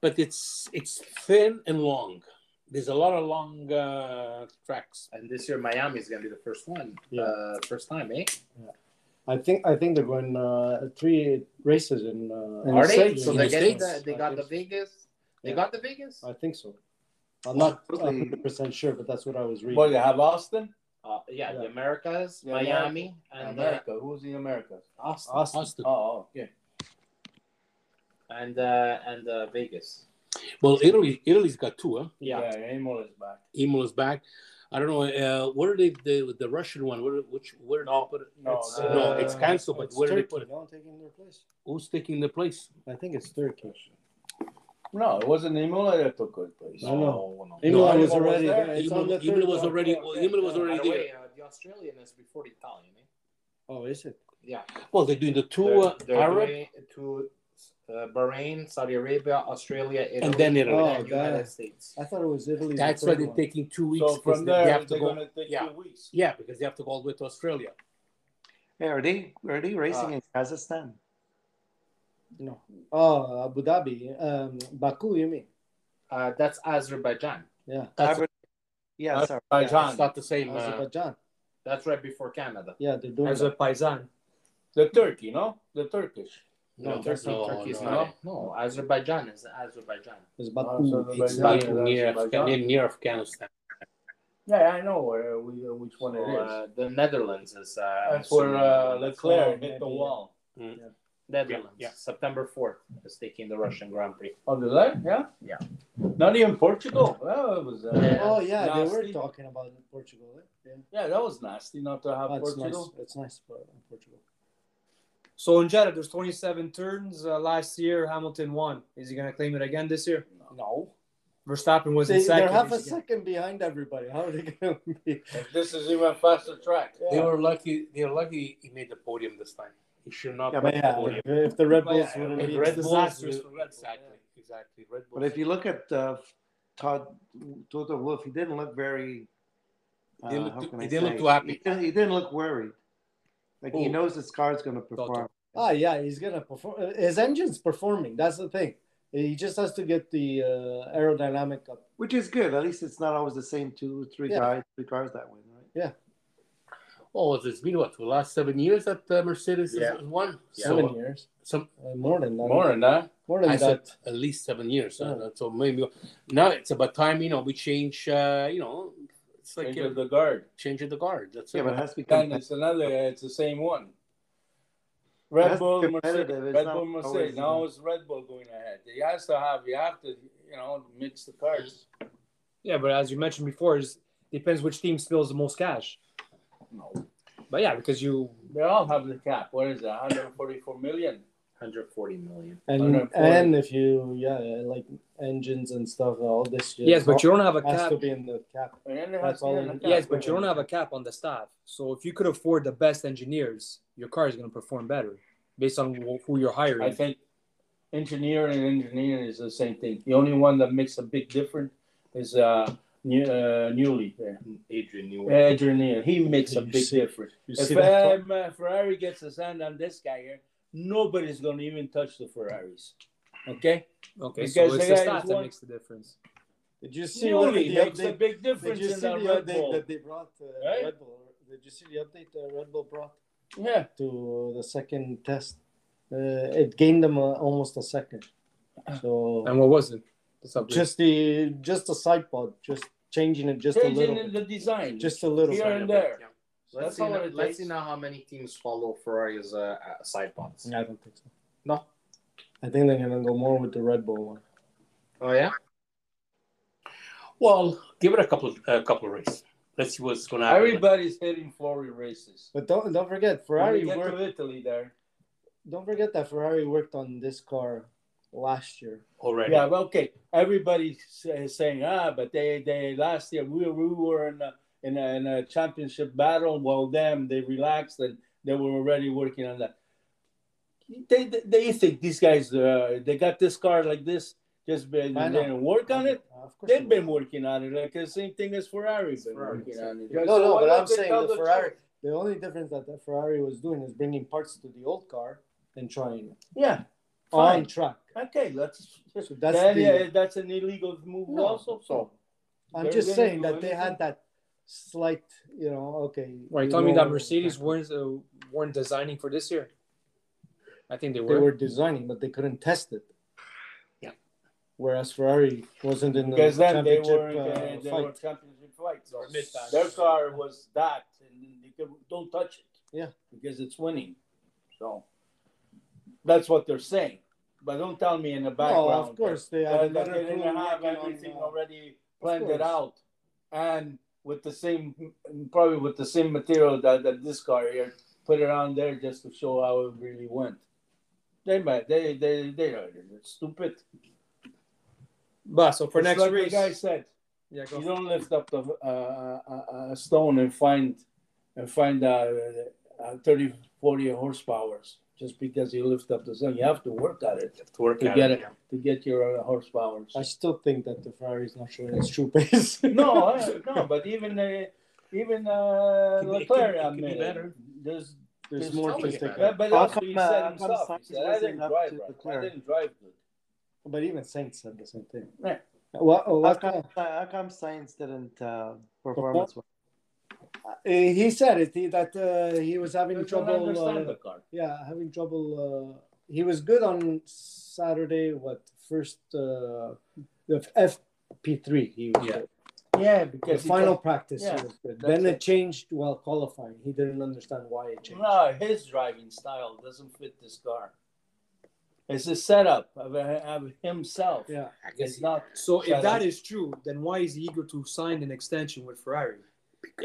Speaker 2: but it's it's thin and long. There's a lot of long uh, tracks.
Speaker 3: And this year, Miami is going to be the first one.
Speaker 6: Yeah.
Speaker 3: Uh, first time, eh?
Speaker 6: I think I think they're going uh, three races in. Uh,
Speaker 3: Are they?
Speaker 6: States.
Speaker 3: So
Speaker 2: in
Speaker 3: they,
Speaker 2: the
Speaker 3: get
Speaker 2: States.
Speaker 3: the, Uh, they got the Vegas. They
Speaker 6: Yeah.
Speaker 3: got the Vegas.
Speaker 6: I think so. I'm not
Speaker 4: Supposedly-
Speaker 6: 100 percent sure, but that's what I was reading.
Speaker 5: Well, they have Austin,
Speaker 3: Uh, yeah, the
Speaker 6: Yeah.
Speaker 3: Americas,
Speaker 5: Yeah,
Speaker 3: Miami, and uh,
Speaker 5: America. Who's in America?
Speaker 2: Austin.
Speaker 6: Austin.
Speaker 5: Oh, oh, yeah.
Speaker 3: and uh, and uh, Vegas.
Speaker 2: Well, Italy. Italy's got two. Huh?
Speaker 5: Yeah, Amol is back.
Speaker 2: Emil is back. I don't know. Uh, where did they, the the Russian one? Where, which where did they put it?
Speaker 5: No,
Speaker 2: it's,
Speaker 5: uh,
Speaker 2: no, it's canceled. But
Speaker 6: It's
Speaker 2: where did they
Speaker 6: Turkey.
Speaker 2: put it?
Speaker 6: No, taking their place.
Speaker 2: Who's taking the place?
Speaker 6: I think it's Turkey.
Speaker 5: No, it wasn't Imola that took good place.
Speaker 6: No, no.
Speaker 3: Oh, no.
Speaker 6: Imola
Speaker 5: Imola
Speaker 6: was
Speaker 5: was
Speaker 6: already
Speaker 5: there.
Speaker 6: there. It's on the
Speaker 2: Emil, Emil
Speaker 6: third
Speaker 2: was
Speaker 6: one.
Speaker 2: already. Well, Emil was
Speaker 3: By
Speaker 2: already
Speaker 3: the
Speaker 2: there.
Speaker 3: way, uh, the Australian is before the Italian, eh?
Speaker 6: Oh, is it?
Speaker 3: Yeah.
Speaker 2: Well, they're doing the two uh,
Speaker 3: They're
Speaker 2: Arab
Speaker 3: doing it to uh, Bahrain, Saudi Arabia, Australia, Italy,
Speaker 2: and then Italy.
Speaker 6: Oh,
Speaker 3: and United
Speaker 6: that-
Speaker 3: States.
Speaker 6: I thought it was Italy.
Speaker 2: That's
Speaker 6: the
Speaker 2: why
Speaker 6: third
Speaker 2: they're
Speaker 6: one.
Speaker 2: taking two weeks.
Speaker 5: So from
Speaker 2: 'cause
Speaker 5: there,
Speaker 2: they have to
Speaker 5: they're
Speaker 2: go.
Speaker 5: going to take
Speaker 2: yeah.
Speaker 5: two weeks.
Speaker 2: Yeah, because they have to go all the way to Australia.
Speaker 4: Hey, are they are they racing
Speaker 5: Uh,
Speaker 4: in Kazakhstan?
Speaker 6: No. Oh, Abu Dhabi, um, Baku. You mean?
Speaker 3: Uh, that's Azerbaijan.
Speaker 6: Yeah,
Speaker 2: That's,
Speaker 4: Aber- yeah,
Speaker 2: uh,
Speaker 5: That's
Speaker 4: sorry.
Speaker 5: By
Speaker 2: that's
Speaker 5: John.
Speaker 2: not the same. Uh,
Speaker 6: Azerbaijan.
Speaker 3: That's right before Canada.
Speaker 6: Yeah, they're doing.
Speaker 1: As
Speaker 6: that.
Speaker 1: a paisan.
Speaker 5: The Turkey, no? The Turkish.
Speaker 2: no,
Speaker 6: No,
Speaker 2: Turkey,
Speaker 6: that's not
Speaker 2: Turkey is
Speaker 3: Oh, no,
Speaker 2: not.
Speaker 3: No, Azerbaijan is Azerbaijan.
Speaker 6: It's
Speaker 5: Oh,
Speaker 6: Baku.
Speaker 5: so-
Speaker 2: It's
Speaker 5: Azerbaijan,
Speaker 2: not near,
Speaker 5: Azerbaijan.
Speaker 2: Afghan- near Afghanistan.
Speaker 5: Yeah, I know where we, uh, which one
Speaker 3: So,
Speaker 5: it is.
Speaker 3: uh, the Netherlands is. Uh,
Speaker 5: That's where uh, Leclerc
Speaker 6: maybe,
Speaker 5: hit the
Speaker 6: yeah.
Speaker 5: wall.
Speaker 3: Netherlands.
Speaker 2: Yeah, yeah.
Speaker 3: September 4th is taking the Russian Grand Prix.
Speaker 5: Oh, did I? Yeah.
Speaker 3: Yeah.
Speaker 5: Not even Portugal. Well, it was. Uh,
Speaker 3: Yeah.
Speaker 6: Oh yeah, they were
Speaker 5: nasty.
Speaker 6: talking about it in Portugal. eh? Yeah,
Speaker 5: Yeah, that was nasty not to have
Speaker 6: oh, it's nice.
Speaker 5: Portugal.
Speaker 6: It's nice for in Portugal.
Speaker 1: So in Jeddah, there's 27 turns. Uh, last year, Hamilton won. Is he going to claim it again this year?
Speaker 5: No.
Speaker 1: Verstappen was in
Speaker 6: They,
Speaker 1: second.
Speaker 6: are half a
Speaker 1: He's again-
Speaker 6: second behind everybody. How are they going to be?
Speaker 5: If this is even faster track.
Speaker 2: They
Speaker 6: Yeah.
Speaker 2: were lucky. They were lucky he made the podium this time. He should not
Speaker 4: Yeah,
Speaker 2: make
Speaker 6: But
Speaker 2: the
Speaker 6: yeah,
Speaker 2: podium.
Speaker 6: if, if the Red
Speaker 1: But
Speaker 6: Bulls
Speaker 1: yeah,
Speaker 6: would
Speaker 1: if
Speaker 6: have
Speaker 1: it's
Speaker 2: Red Bull,
Speaker 1: disastrous for Red Bull,
Speaker 2: Exactly, exactly. Red Bull.
Speaker 4: But if you look at uh, Todd Toto Wolf, he didn't look very. Uh,
Speaker 2: He didn't look
Speaker 4: how
Speaker 2: too-
Speaker 4: can
Speaker 2: he
Speaker 4: I
Speaker 2: didn't look
Speaker 4: say?
Speaker 2: too happy. Oh.
Speaker 4: He didn't, he didn't look worried. Like he
Speaker 2: Who?
Speaker 4: knows his car's going to perform.
Speaker 6: Ah, yeah, he's gonna perform. His engine's performing. That's the thing. He just has to get the uh, aerodynamic up.
Speaker 4: Which is good. At least it's not always the same two, three
Speaker 6: Yeah.
Speaker 4: guys, three cars that win, right?
Speaker 2: oh, it's been what the last seven years that uh, Mercedes
Speaker 3: Yeah.
Speaker 2: has won.
Speaker 3: Yeah.
Speaker 2: So,
Speaker 6: Seven
Speaker 2: uh,
Speaker 6: years,
Speaker 2: some
Speaker 6: Uh, more than that.
Speaker 5: More than that.
Speaker 6: More than
Speaker 2: I said
Speaker 6: that.
Speaker 2: at least seven years. huh?
Speaker 6: Yeah.
Speaker 2: So maybe now it's about time. You know, we change. Uh, you know, it's like
Speaker 5: Into
Speaker 2: uh,
Speaker 5: the guard.
Speaker 2: changing the guard. That's
Speaker 4: Yeah,
Speaker 2: it.
Speaker 4: but it has to be
Speaker 5: Then
Speaker 4: competitive.
Speaker 5: it's another. It's the same one.
Speaker 4: That's
Speaker 5: Red Bull,
Speaker 4: competitive.
Speaker 5: Mercedes.
Speaker 4: It's
Speaker 5: Red
Speaker 4: not
Speaker 5: Bull, Mercedes.
Speaker 4: always-
Speaker 5: Now it's Red Bull going ahead. You has to have. You have to. You know, mix the cards.
Speaker 1: Yeah, but as you mentioned before, is depends which team spills the most cash.
Speaker 5: No.
Speaker 1: But yeah, because you
Speaker 5: They all have the cap. What is it? 144 million.
Speaker 3: 140 million.
Speaker 6: And
Speaker 5: 140.
Speaker 6: and if you yeah like engines and stuff, all this shit.
Speaker 1: Yes, but you don't have a
Speaker 6: has
Speaker 1: cap.
Speaker 6: to be in the cap. That's all in-
Speaker 1: Yes, but you don't have a cap on the staff. So if you could afford the best engineers, your car is going to perform better based on wh- who you're hiring.
Speaker 5: I think engineer and engineer is the same thing. The only one that makes a big difference is uh, new, uh newly there.
Speaker 3: Adrian Newey.
Speaker 5: Engineer, he makes a
Speaker 6: You
Speaker 5: big
Speaker 6: see-
Speaker 5: difference.
Speaker 6: You
Speaker 5: If
Speaker 6: see that?
Speaker 5: um, uh, Ferrari gets his hand on this guy here, nobody's going to even touch the Ferraris. Okay?
Speaker 1: okay,
Speaker 5: Because
Speaker 1: so
Speaker 5: the
Speaker 1: it's the
Speaker 5: guy
Speaker 1: staff
Speaker 5: is
Speaker 1: that
Speaker 5: one-
Speaker 1: makes the difference.
Speaker 6: Did you see what
Speaker 5: Newly
Speaker 6: the
Speaker 5: makes a
Speaker 6: update?
Speaker 5: big
Speaker 6: Did
Speaker 5: difference
Speaker 6: you see
Speaker 5: in
Speaker 6: the
Speaker 5: the Red
Speaker 6: update
Speaker 5: Bull.
Speaker 6: that they brought? Uh,
Speaker 5: Right?
Speaker 6: Red Bull. Did you see the update uh, Red Bull brought
Speaker 5: Yeah.
Speaker 6: to the second test? Uh, it gained them uh, almost a second. So
Speaker 1: And what was it? The subject.
Speaker 6: just the just the side pod, just changing it just a little, bit.
Speaker 5: Changing the design.
Speaker 6: just a little.
Speaker 5: Here
Speaker 6: bit.
Speaker 5: and there.
Speaker 3: Yeah.
Speaker 5: So
Speaker 3: Let's
Speaker 5: that's
Speaker 3: see,
Speaker 5: all
Speaker 3: now,
Speaker 5: it
Speaker 3: let's
Speaker 5: takes.
Speaker 3: see now how many teams follow Ferrari's uh, uh, side pods.
Speaker 6: I don't think so.
Speaker 3: No.
Speaker 6: I think they're gonna go more with the Red Bull one.
Speaker 3: Oh yeah.
Speaker 2: Well, give it a couple a couple of races. Let's see what's going to happen.
Speaker 5: Everybody's hitting Flory races.
Speaker 6: But don't don't forget
Speaker 5: When
Speaker 6: Ferrari
Speaker 5: we get
Speaker 6: worked.
Speaker 5: to Italy there.
Speaker 6: Don't forget that Ferrari worked on this car last year.
Speaker 2: already.
Speaker 5: Yeah, well, okay. Everybody's say- saying, ah, but they, they last year we, we were in a, in, a, in a championship battle. Well, them they relaxed and they were already working on that. They they, they think these guys uh, they got this car like this just been
Speaker 6: I
Speaker 5: they
Speaker 6: know.
Speaker 5: didn't work on it.
Speaker 6: Uh, Of course
Speaker 5: They've
Speaker 6: they
Speaker 5: been working on it like the same thing as Ferrari been
Speaker 3: Ferrari,
Speaker 5: working
Speaker 3: so-
Speaker 5: on it.
Speaker 6: No,
Speaker 5: So
Speaker 6: no,
Speaker 5: why
Speaker 6: but
Speaker 5: not
Speaker 6: I'm
Speaker 5: they
Speaker 6: saying
Speaker 5: tell
Speaker 6: the Ferrari.
Speaker 5: truth?
Speaker 6: The only difference that the Ferrari was doing is bringing parts to the old car and trying it
Speaker 5: Yeah.
Speaker 6: on
Speaker 5: Fine.
Speaker 6: track.
Speaker 5: Okay, let's just
Speaker 6: So that's
Speaker 5: that's, then,
Speaker 6: the-
Speaker 5: yeah, that's an illegal move
Speaker 6: No.
Speaker 5: also. So
Speaker 6: I'm
Speaker 5: They're
Speaker 6: just
Speaker 5: gonna
Speaker 6: saying
Speaker 5: do
Speaker 6: that they had
Speaker 5: anything.
Speaker 6: that slight, you know, okay.
Speaker 1: Right,
Speaker 6: you
Speaker 1: tell me
Speaker 6: know-
Speaker 1: that Mercedes weren't uh, weren't designing for this year. I think they
Speaker 6: They
Speaker 1: were.
Speaker 6: were designing, but they couldn't test it.
Speaker 2: Yeah.
Speaker 6: Whereas Ferrari wasn't in the
Speaker 5: Because then they
Speaker 6: championship
Speaker 5: were, in
Speaker 6: uh,
Speaker 5: the- they
Speaker 6: fight.
Speaker 5: were championship fights. So
Speaker 3: Mid-time.
Speaker 5: Their car was that, and they could, don't touch it.
Speaker 6: Yeah.
Speaker 5: because it's winning. So that's what they're saying. But don't tell me in the background.
Speaker 6: Oh, of course, they
Speaker 5: that-
Speaker 6: had
Speaker 5: that
Speaker 6: another
Speaker 5: they
Speaker 6: crew
Speaker 5: didn't have
Speaker 6: working on,
Speaker 5: everything
Speaker 6: uh,
Speaker 5: already planned
Speaker 6: course.
Speaker 5: out, and with the same, probably with the same material that, that this car here put it on there just to show how it really went. They might, they, they, they are stupid.
Speaker 1: but so for
Speaker 5: It's
Speaker 1: next
Speaker 5: like
Speaker 1: race,
Speaker 5: the guy said.
Speaker 1: yeah, go.
Speaker 5: You don't lift up the, uh, a- a stone and find and find uh, uh, 30, 40 horsepowers just because you lift up the stone. You have to work at it
Speaker 2: You have to work
Speaker 5: to
Speaker 2: out.
Speaker 5: get it to get your uh, horsepowers.
Speaker 6: I still think that the Ferrari is not showing its true pace.
Speaker 5: no, I, no, but even uh, even uh,
Speaker 2: Could be- it could-
Speaker 5: Leclerc,
Speaker 2: it
Speaker 5: I
Speaker 2: could be
Speaker 5: mean,
Speaker 2: better.
Speaker 5: there's
Speaker 6: There's
Speaker 5: Just
Speaker 6: more
Speaker 2: tell
Speaker 6: to
Speaker 2: me
Speaker 6: take.
Speaker 2: about
Speaker 5: yeah, but
Speaker 4: How
Speaker 5: also he
Speaker 4: come,
Speaker 5: said
Speaker 4: uh, how come
Speaker 5: himself,
Speaker 4: Sainz
Speaker 5: he said, I
Speaker 4: wasn't
Speaker 5: didn't
Speaker 4: up
Speaker 5: drive
Speaker 4: to
Speaker 5: right. I
Speaker 4: Leclerc?
Speaker 5: didn't drive good.
Speaker 6: But even Saints said the same thing.
Speaker 5: Right.
Speaker 6: What,
Speaker 4: How
Speaker 6: what
Speaker 4: come, uh, how come science didn't uh, performance? well?
Speaker 6: he said it he, that uh, he was having
Speaker 5: Doesn't
Speaker 6: trouble.
Speaker 5: understand
Speaker 6: Uh,
Speaker 5: the car.
Speaker 6: yeah, having trouble. Uh, he was good on Saturday. What first? Uh, the FP three. He was
Speaker 1: Yeah.
Speaker 6: good.
Speaker 5: Yeah,
Speaker 6: The
Speaker 5: because he
Speaker 6: final practice.
Speaker 5: yeah,
Speaker 6: he was good.
Speaker 5: that's
Speaker 6: Then it
Speaker 5: it.
Speaker 6: changed while qualifying. He didn't understand why it changed.
Speaker 5: No, his driving style doesn't fit this car. It's a setup of, uh, of himself.
Speaker 6: Yeah.
Speaker 3: I guess
Speaker 5: It's not.
Speaker 1: So if
Speaker 5: Shut
Speaker 1: that
Speaker 5: up.
Speaker 1: is true, then why is he eager to sign an extension with Ferrari?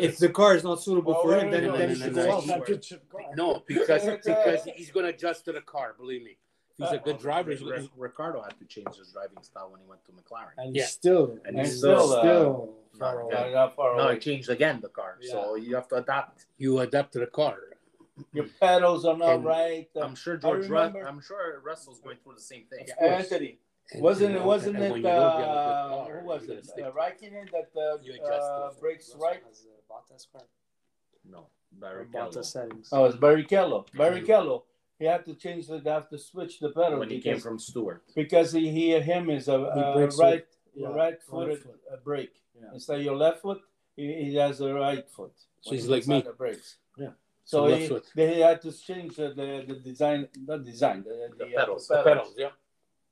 Speaker 1: If the car is not suitable
Speaker 5: Well,
Speaker 1: for him,
Speaker 5: wait,
Speaker 1: then,
Speaker 2: Oh, wait, wait,
Speaker 1: then
Speaker 2: wait,
Speaker 1: he
Speaker 2: wait,
Speaker 1: should go
Speaker 2: wait.
Speaker 1: elsewhere.
Speaker 2: No, because because he's going to adjust to the car. Believe me, he's a
Speaker 5: Uh,
Speaker 2: good driver. He's
Speaker 3: Ric- Ricardo had to change his driving style when he went to McLaren.
Speaker 6: And
Speaker 2: Yeah.
Speaker 6: still,
Speaker 3: And
Speaker 5: he's
Speaker 6: still,
Speaker 5: still, uh,
Speaker 6: far
Speaker 3: not
Speaker 6: away.
Speaker 3: good.
Speaker 5: Not that far
Speaker 3: Now
Speaker 5: away.
Speaker 3: Oh, he changed again the car, so you have to adapt.
Speaker 2: you adapt to the car.
Speaker 5: Your pedals are not
Speaker 2: And
Speaker 5: right.
Speaker 3: I'm sure George. Rus-
Speaker 5: remember-
Speaker 3: I'm sure Russell's going through the same thing.
Speaker 2: Yeah.
Speaker 5: Anthony,
Speaker 2: And,
Speaker 5: wasn't
Speaker 2: you
Speaker 5: it?
Speaker 2: know,
Speaker 5: Wasn't
Speaker 2: and
Speaker 5: it?
Speaker 2: when you don't have a
Speaker 5: Uh,
Speaker 2: good car,
Speaker 5: who was
Speaker 2: you're gonna
Speaker 5: it?
Speaker 2: stick
Speaker 5: Uh,
Speaker 2: to
Speaker 5: Raikkonen that
Speaker 2: You
Speaker 5: uh,
Speaker 2: adjust
Speaker 5: uh,
Speaker 2: it.
Speaker 5: breaks right.
Speaker 3: No, Barrichello.
Speaker 1: Bottas settings.
Speaker 5: Oh, it's Barrichello. Barrichello. He had to change the. Have to switch the pedal
Speaker 3: when he came
Speaker 5: because,
Speaker 3: from Stewart.
Speaker 5: because he, he him is a,
Speaker 6: He
Speaker 5: a
Speaker 6: breaks it.
Speaker 5: right
Speaker 6: Yeah,
Speaker 5: right footed
Speaker 6: foot.
Speaker 5: uh, brake.
Speaker 6: Yeah.
Speaker 5: Instead of your left foot, he, he has the right foot.
Speaker 2: So
Speaker 5: when
Speaker 2: he's
Speaker 5: he
Speaker 2: like
Speaker 5: puts on
Speaker 2: me.
Speaker 5: The brakes.
Speaker 6: Yeah.
Speaker 5: So
Speaker 2: So left
Speaker 5: he,
Speaker 2: foot.
Speaker 5: they had to change the, the, the design, not design, the,
Speaker 3: The
Speaker 5: the,
Speaker 3: pedals,
Speaker 5: uh,
Speaker 2: The pedals, yeah.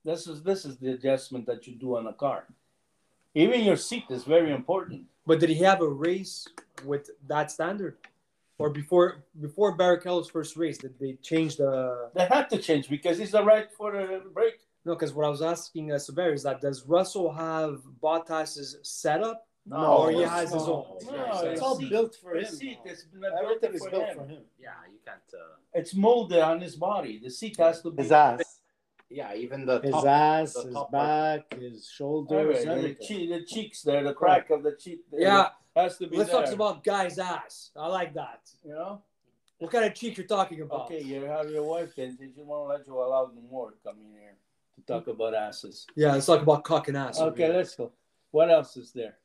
Speaker 5: This is this is the adjustment that you do on a car. Even your seat is very important.
Speaker 1: But did he have a race with that standard? Or before before Barrichello's first race, did they change the
Speaker 5: They had to change because he's the right footed brake.
Speaker 1: No, because what I was asking uh, Severi is that does Russell have Bottas's setup
Speaker 3: No,
Speaker 1: or he
Speaker 3: it's
Speaker 1: has his
Speaker 3: not.
Speaker 1: own.
Speaker 3: very
Speaker 5: No,
Speaker 3: sad.
Speaker 5: it's
Speaker 6: it's all
Speaker 5: seat.
Speaker 6: built for
Speaker 5: The
Speaker 6: him.
Speaker 5: seat
Speaker 6: now.
Speaker 5: is not built
Speaker 6: Everything is
Speaker 5: for
Speaker 6: built
Speaker 5: him.
Speaker 6: for him.
Speaker 3: Yeah, you can't. Uh,
Speaker 5: It's molded on his body. The seat has to be.
Speaker 4: His ass.
Speaker 3: yeah, even the
Speaker 6: His
Speaker 3: top-
Speaker 6: ass,
Speaker 3: the
Speaker 6: his
Speaker 3: top part.
Speaker 6: back, his shoulders,
Speaker 5: Everywhere. The,
Speaker 6: everything.
Speaker 5: che- the cheeks there, the crack of the cheek. there
Speaker 1: Yeah,
Speaker 5: has to be
Speaker 1: let's
Speaker 5: there.
Speaker 1: talk about guy's ass. I like that.
Speaker 5: You know?
Speaker 1: What kind of cheek you're talking about?
Speaker 5: Okay, you have your wife then. She won't let you allow no more coming here to talk about asses.
Speaker 1: Yeah, let's talk about cock and ass.
Speaker 5: Okay, let's go. What else is there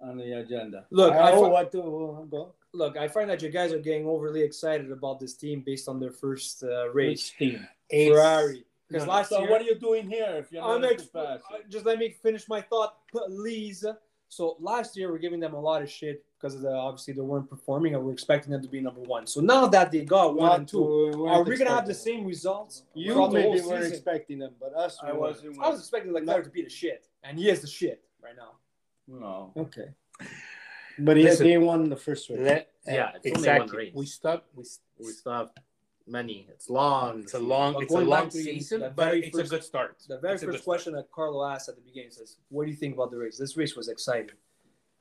Speaker 5: on the agenda?
Speaker 1: Look, I,
Speaker 6: oh,
Speaker 1: fi-
Speaker 6: what do we'll go?
Speaker 1: look, I find that you guys are getting overly excited about this team based on their first uh, race.
Speaker 5: Which team?
Speaker 1: Ferrari. Because last
Speaker 5: so
Speaker 1: year,
Speaker 5: what are you doing here if you're
Speaker 1: I'm
Speaker 5: not
Speaker 1: ex- uh,
Speaker 5: fast?
Speaker 1: just let me finish my thought, please. So last year we're giving them a lot of shit because of the, obviously they weren't performing and we're expecting them to be number one. So now that they got Oh, one and two, are we gonna have the same results?
Speaker 6: You
Speaker 1: throughout the
Speaker 6: maybe
Speaker 1: whole
Speaker 6: were
Speaker 1: season?
Speaker 6: expecting them, but us,
Speaker 5: I
Speaker 6: we weren't.
Speaker 5: wasn't.
Speaker 1: I was expecting like Leclerc to be the shit, and he is the shit right now.
Speaker 5: No.
Speaker 6: Okay. But he,
Speaker 2: Listen.
Speaker 6: they won the first race.
Speaker 2: Let- eh,
Speaker 3: Yeah, it's only one
Speaker 2: exactly.
Speaker 3: race.
Speaker 2: We stop. We,
Speaker 3: We still have many. It's long.
Speaker 2: it's a long.
Speaker 1: But
Speaker 2: it's a
Speaker 1: going
Speaker 2: long
Speaker 1: back to the-
Speaker 2: season,
Speaker 1: that
Speaker 2: but
Speaker 1: very
Speaker 2: it's a
Speaker 1: first-
Speaker 2: good start.
Speaker 1: The very
Speaker 2: It's a
Speaker 1: first
Speaker 2: good
Speaker 1: question that Carlo asked at the beginning says, "What do you think about the race? This race was exciting.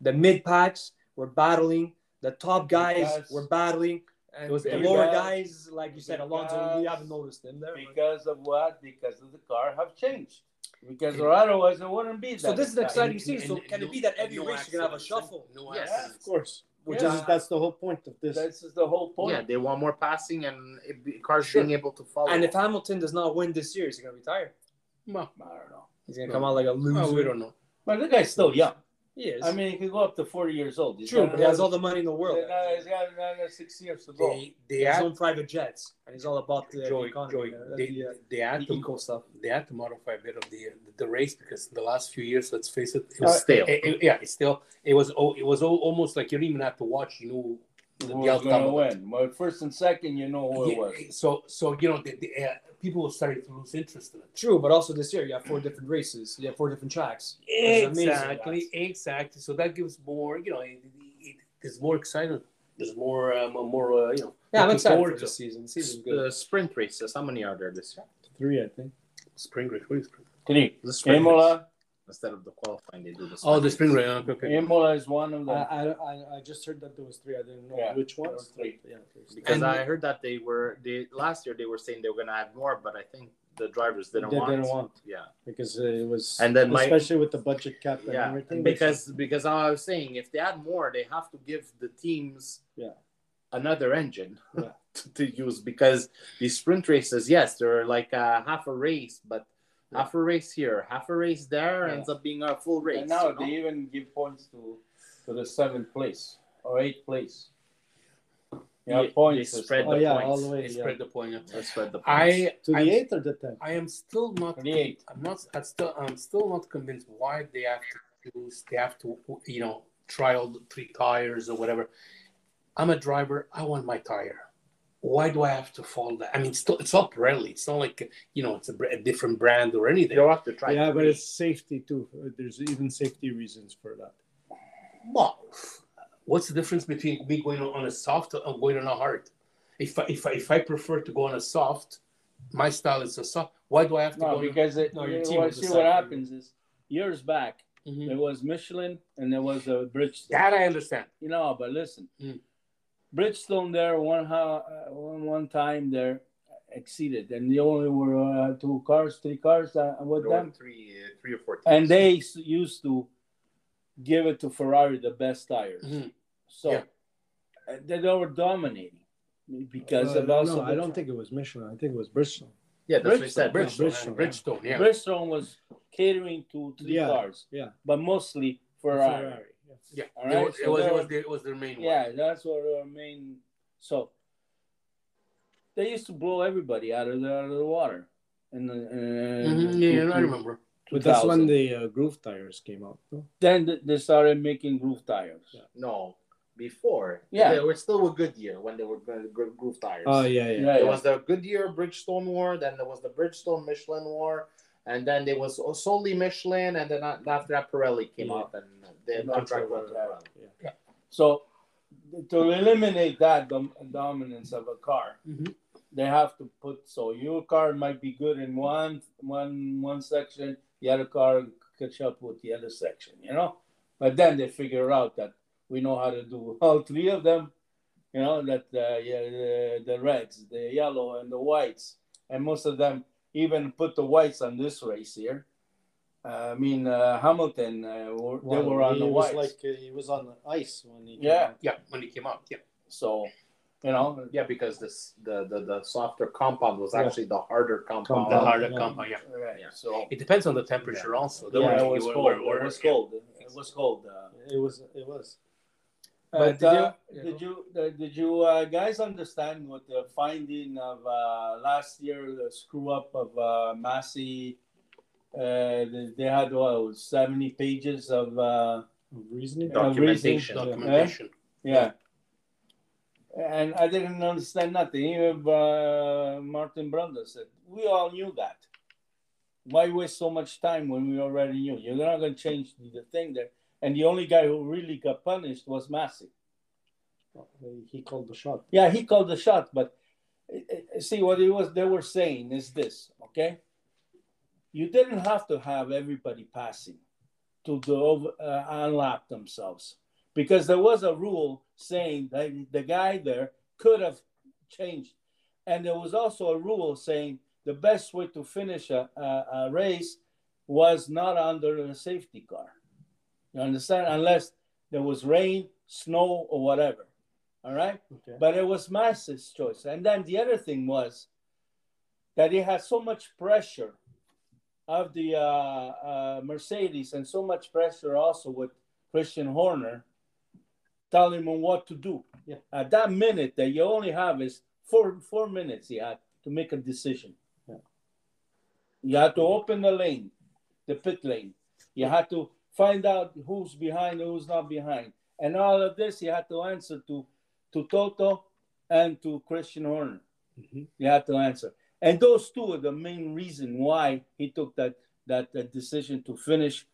Speaker 1: The mid packs were battling. The top guys
Speaker 5: Because-
Speaker 1: were battling." And
Speaker 2: was
Speaker 1: the
Speaker 2: every-
Speaker 1: lower guys, like you said, Alonso, we
Speaker 5: Because-
Speaker 1: haven't noticed him there. but-
Speaker 5: Because of what? Because of the car have changed. Because or otherwise it wouldn't be that.
Speaker 1: So this is an exciting
Speaker 5: exciting.
Speaker 2: And-
Speaker 1: season. So
Speaker 2: and
Speaker 1: can
Speaker 2: no-
Speaker 1: it be that every
Speaker 2: no
Speaker 1: race you're gonna have a
Speaker 2: accidents, right?
Speaker 1: shuffle?
Speaker 2: No
Speaker 3: Yes.
Speaker 2: accidents.
Speaker 6: Of course.
Speaker 1: Which
Speaker 5: Yeah.
Speaker 1: is
Speaker 6: That's- That's the whole point of this.
Speaker 5: This is the whole point.
Speaker 3: Yeah, they want more passing and it be, cars
Speaker 2: Sure.
Speaker 3: being able to follow.
Speaker 1: and if Hamilton does not win this series, he's gonna be tired.
Speaker 2: Well,
Speaker 5: I don't know.
Speaker 1: He's gonna
Speaker 2: No.
Speaker 1: come out like a loser.
Speaker 2: well, we don't know.
Speaker 5: But the guy's still young.
Speaker 1: He is.
Speaker 5: I mean, he could go up to 40 years old. He's
Speaker 1: true,
Speaker 5: got
Speaker 1: but he has
Speaker 5: another-
Speaker 1: all the money in the world.
Speaker 5: He's got another six years to go.
Speaker 2: They they
Speaker 1: He has
Speaker 2: had
Speaker 1: his own private jets, and he's all about the,
Speaker 2: Joey,
Speaker 1: economy,
Speaker 2: Joey,
Speaker 1: the, the,
Speaker 2: they,
Speaker 1: uh,
Speaker 2: they had
Speaker 1: the
Speaker 2: to
Speaker 1: eco stuff.
Speaker 2: they had to modify a bit of the the race because the last few years, let's face it, it
Speaker 3: It's
Speaker 2: was
Speaker 3: stale.
Speaker 2: it- it- yeah, it's still it was oh, it was al- almost like you didn't even have to watch. You know, the,
Speaker 5: Who's
Speaker 2: the outcome
Speaker 5: gonna
Speaker 2: of it.
Speaker 5: win? Well, first and second, you know who it was.
Speaker 2: Yeah, so so you know the, the, uh, people were starting to lose interest in it.
Speaker 1: True, but also this year you have four different races. You have four different tracks. It's amazing,
Speaker 2: Exactly, exactly. So that gives more. You know, it, it, it, there's more excitement. There's more um, more uh, you know.
Speaker 1: Yeah, I'm
Speaker 2: looking
Speaker 1: excited
Speaker 2: forward
Speaker 1: for
Speaker 2: to
Speaker 1: this season. The
Speaker 3: S-
Speaker 1: season's good.
Speaker 3: the sprint races, how many are there this year?
Speaker 6: Three, I think.
Speaker 2: spring race. What is spring?
Speaker 5: Can you?
Speaker 3: The sprint race.
Speaker 5: Imola,
Speaker 3: instead of the qualifying, they do the
Speaker 2: Oh, the
Speaker 3: race.
Speaker 2: spring race. Okay, okay.
Speaker 5: Imola is one of
Speaker 6: I,
Speaker 5: them.
Speaker 6: I, I- I just heard that there was three. I didn't know
Speaker 5: Yeah,
Speaker 6: which
Speaker 5: there
Speaker 6: one.
Speaker 5: was three.
Speaker 6: Yeah, there's three.
Speaker 3: Because
Speaker 1: And-
Speaker 3: I heard that they were they last year they were saying they were gonna have more, but I think the drivers didn't
Speaker 6: They
Speaker 3: want.
Speaker 6: didn't want.
Speaker 3: Yeah,
Speaker 6: because it was
Speaker 3: And then my-
Speaker 6: especially with the budget cap and
Speaker 3: yeah.
Speaker 6: everything
Speaker 3: Because because I was saying if they add more, they have to give the teams
Speaker 6: Yeah.
Speaker 3: another engine
Speaker 6: Yeah.
Speaker 3: to, to use because these sprint races, yes, they're like uh, half a race, but half a race here, half a race there,
Speaker 5: Yeah.
Speaker 3: ends up being a full race.
Speaker 5: and now
Speaker 3: you know?
Speaker 5: they even give points to to the seventh place or eighth place. Yeah,
Speaker 3: They-
Speaker 5: points.
Speaker 3: they
Speaker 5: is-
Speaker 3: spread
Speaker 6: oh
Speaker 3: the
Speaker 6: yeah
Speaker 3: points.
Speaker 6: all the way
Speaker 2: They
Speaker 6: yeah.
Speaker 2: spread the point. yeah.
Speaker 3: Let's spread the points.
Speaker 2: I
Speaker 6: to the
Speaker 2: I'm-
Speaker 6: eighth or the tenth
Speaker 2: I am still not.
Speaker 5: Twenty-eight.
Speaker 2: I'm not. I'm still. I'm still not convinced why they have to use. They have to, you know, trial the three tires or whatever. I'm a driver. I want my tire. Why do I have to follow that? I mean, still, it's all Pirelli. It's not like you know, it's a, br- a different brand or anything.
Speaker 3: You'll have to try.
Speaker 6: yeah
Speaker 3: to
Speaker 6: but
Speaker 3: be-
Speaker 6: it's safety too there's even safety reasons for that
Speaker 2: Well, what's the difference between me going on a soft and going on a hard? If I, if I, if I prefer to go on a soft, my style is a soft. Why do I have to
Speaker 5: No,
Speaker 2: go? on
Speaker 5: because it,
Speaker 1: No,
Speaker 5: no,
Speaker 1: your
Speaker 5: you
Speaker 1: team
Speaker 5: well,
Speaker 1: will
Speaker 5: see
Speaker 1: decide
Speaker 5: what
Speaker 1: for you.
Speaker 5: happens is years back
Speaker 2: Mhm.
Speaker 5: there was Michelin and there was a Bridgestone.
Speaker 2: That I understand.
Speaker 5: You know, but listen,
Speaker 2: Mm.
Speaker 5: Bridgestone there one ho- uh, one one time there exceeded, and they only were uh, two cars, three cars uh, with
Speaker 3: there
Speaker 5: them,
Speaker 3: were three, uh, three or four. Teams.
Speaker 5: and they s- used to give it to Ferrari the best tires.
Speaker 2: Mhm.
Speaker 5: So
Speaker 2: Yeah.
Speaker 5: uh, they, they were dominating because
Speaker 6: Uh,
Speaker 5: of also
Speaker 6: no,
Speaker 5: the
Speaker 6: i don't
Speaker 5: tra-
Speaker 6: think it was michelin i think it was bristol
Speaker 3: yeah, that's what I said.
Speaker 6: Bridge-
Speaker 2: Bridgestone,
Speaker 6: Bridgestone,
Speaker 2: Bridgestone, Bridgestone yeah.
Speaker 5: Bridgestone was catering to three
Speaker 6: Yeah.
Speaker 5: cars,
Speaker 6: yeah
Speaker 5: but mostly Ferrari.
Speaker 6: yeah.
Speaker 2: Yeah,
Speaker 5: All
Speaker 2: it
Speaker 5: right,
Speaker 2: was,
Speaker 5: so
Speaker 2: it, was,
Speaker 5: there
Speaker 2: it, was
Speaker 5: was-
Speaker 2: the, it was their main
Speaker 5: Yeah,
Speaker 2: one.
Speaker 5: that's what our main. So they used to blow everybody out of the, out of the water. In the, uh,
Speaker 2: Mhm, yeah, yeah, I remember.
Speaker 6: but that's when
Speaker 5: 2000.
Speaker 6: the uh, groove tires came out no?
Speaker 5: Then th- they started making groove tires.
Speaker 6: Yeah.
Speaker 3: No, before.
Speaker 5: Yeah.
Speaker 3: They were still with Goodyear when they were uh, gro- groove tires.
Speaker 6: oh yeah yeah,
Speaker 5: Yeah,
Speaker 3: There
Speaker 5: yeah.
Speaker 3: was the Goodyear Bridgestone War, then there was the Bridgestone Michelin War, and then there was solely Michelin, and then a- after that Pirelli came
Speaker 6: Yeah.
Speaker 3: out and the
Speaker 5: Yeah.
Speaker 3: contract went to
Speaker 5: Yeah.
Speaker 3: Pirelli.
Speaker 5: So to eliminate that dom- dominance of a car,
Speaker 6: Mm-hmm.
Speaker 2: Mhm.
Speaker 5: they have to put so your car might be good in one one one section, the other car catch up with the other section. You know, But then they figure out that we know how to do all three of them. You know that uh, yeah, the, the reds, the yellow, and the whites, and most of them even put the whites on this race here. Uh, I mean uh, Hamilton, uh, were,
Speaker 6: Well,
Speaker 5: they were on
Speaker 6: he
Speaker 5: the
Speaker 6: was
Speaker 5: whites.
Speaker 6: like uh, he was on the ice when he. came
Speaker 5: Yeah.
Speaker 6: out.
Speaker 2: Yeah, when he came out. Yeah.
Speaker 5: so, you know,
Speaker 3: Yeah, because this the, the, the softer compound was actually the harder compound.
Speaker 2: the
Speaker 6: Compound.
Speaker 2: harder
Speaker 6: yeah.
Speaker 2: compound. Yeah.
Speaker 5: right,
Speaker 3: Yeah.
Speaker 5: So
Speaker 2: It depends on the temperature also. Don't
Speaker 5: yeah,
Speaker 2: worry,
Speaker 5: it was
Speaker 2: you-
Speaker 5: cold.
Speaker 2: we're- we're-
Speaker 5: It was cold. It was cold. Uh,
Speaker 6: It was. It was.
Speaker 5: But
Speaker 1: did you-
Speaker 5: uh,
Speaker 1: yeah,
Speaker 5: did you uh, did you uh, guys understand what the finding of uh, last year the screw up of uh, Massey? Uh, they- they had what, seventy pages of uh,
Speaker 6: Reasoning.
Speaker 5: Yeah.
Speaker 3: Documentation.
Speaker 2: Documentation.
Speaker 5: yeah, and I didn't understand nothing. Even uh, Martin Brundle said we all knew that. Why waste so much time when we already knew? You're not going to change the thing there. And the only guy who really got punished was Massey.
Speaker 6: He called the shot.
Speaker 5: Yeah, he called the shot, but uh, uh, see what it was they were saying is this, okay? You didn't have to have everybody passing to go over, uh, unlock themselves because there was a rule saying that the guy there could have changed, and there was also a rule saying the best way to finish a, a, a race was not under a safety car. You understand? Unless there was rain, snow, or whatever. All right.
Speaker 6: Okay.
Speaker 5: But it was Mass's choice. And then the other thing was that he had so much pressure of the uh, uh, Mercedes and so much pressure also with Christian Horner telling him what to do.
Speaker 6: Yeah.
Speaker 5: At that minute that you only have is four, four minutes he had to make a decision.
Speaker 6: Yeah.
Speaker 5: You had to open the lane, the pit lane. You had to find out who's behind and who's not behind. And all of this he had to answer to to Toto and to Christian Horner.
Speaker 6: Mm-hmm.
Speaker 2: Mhm.
Speaker 5: You have to answer. And those two are the main reason why he took that that, that decision to finish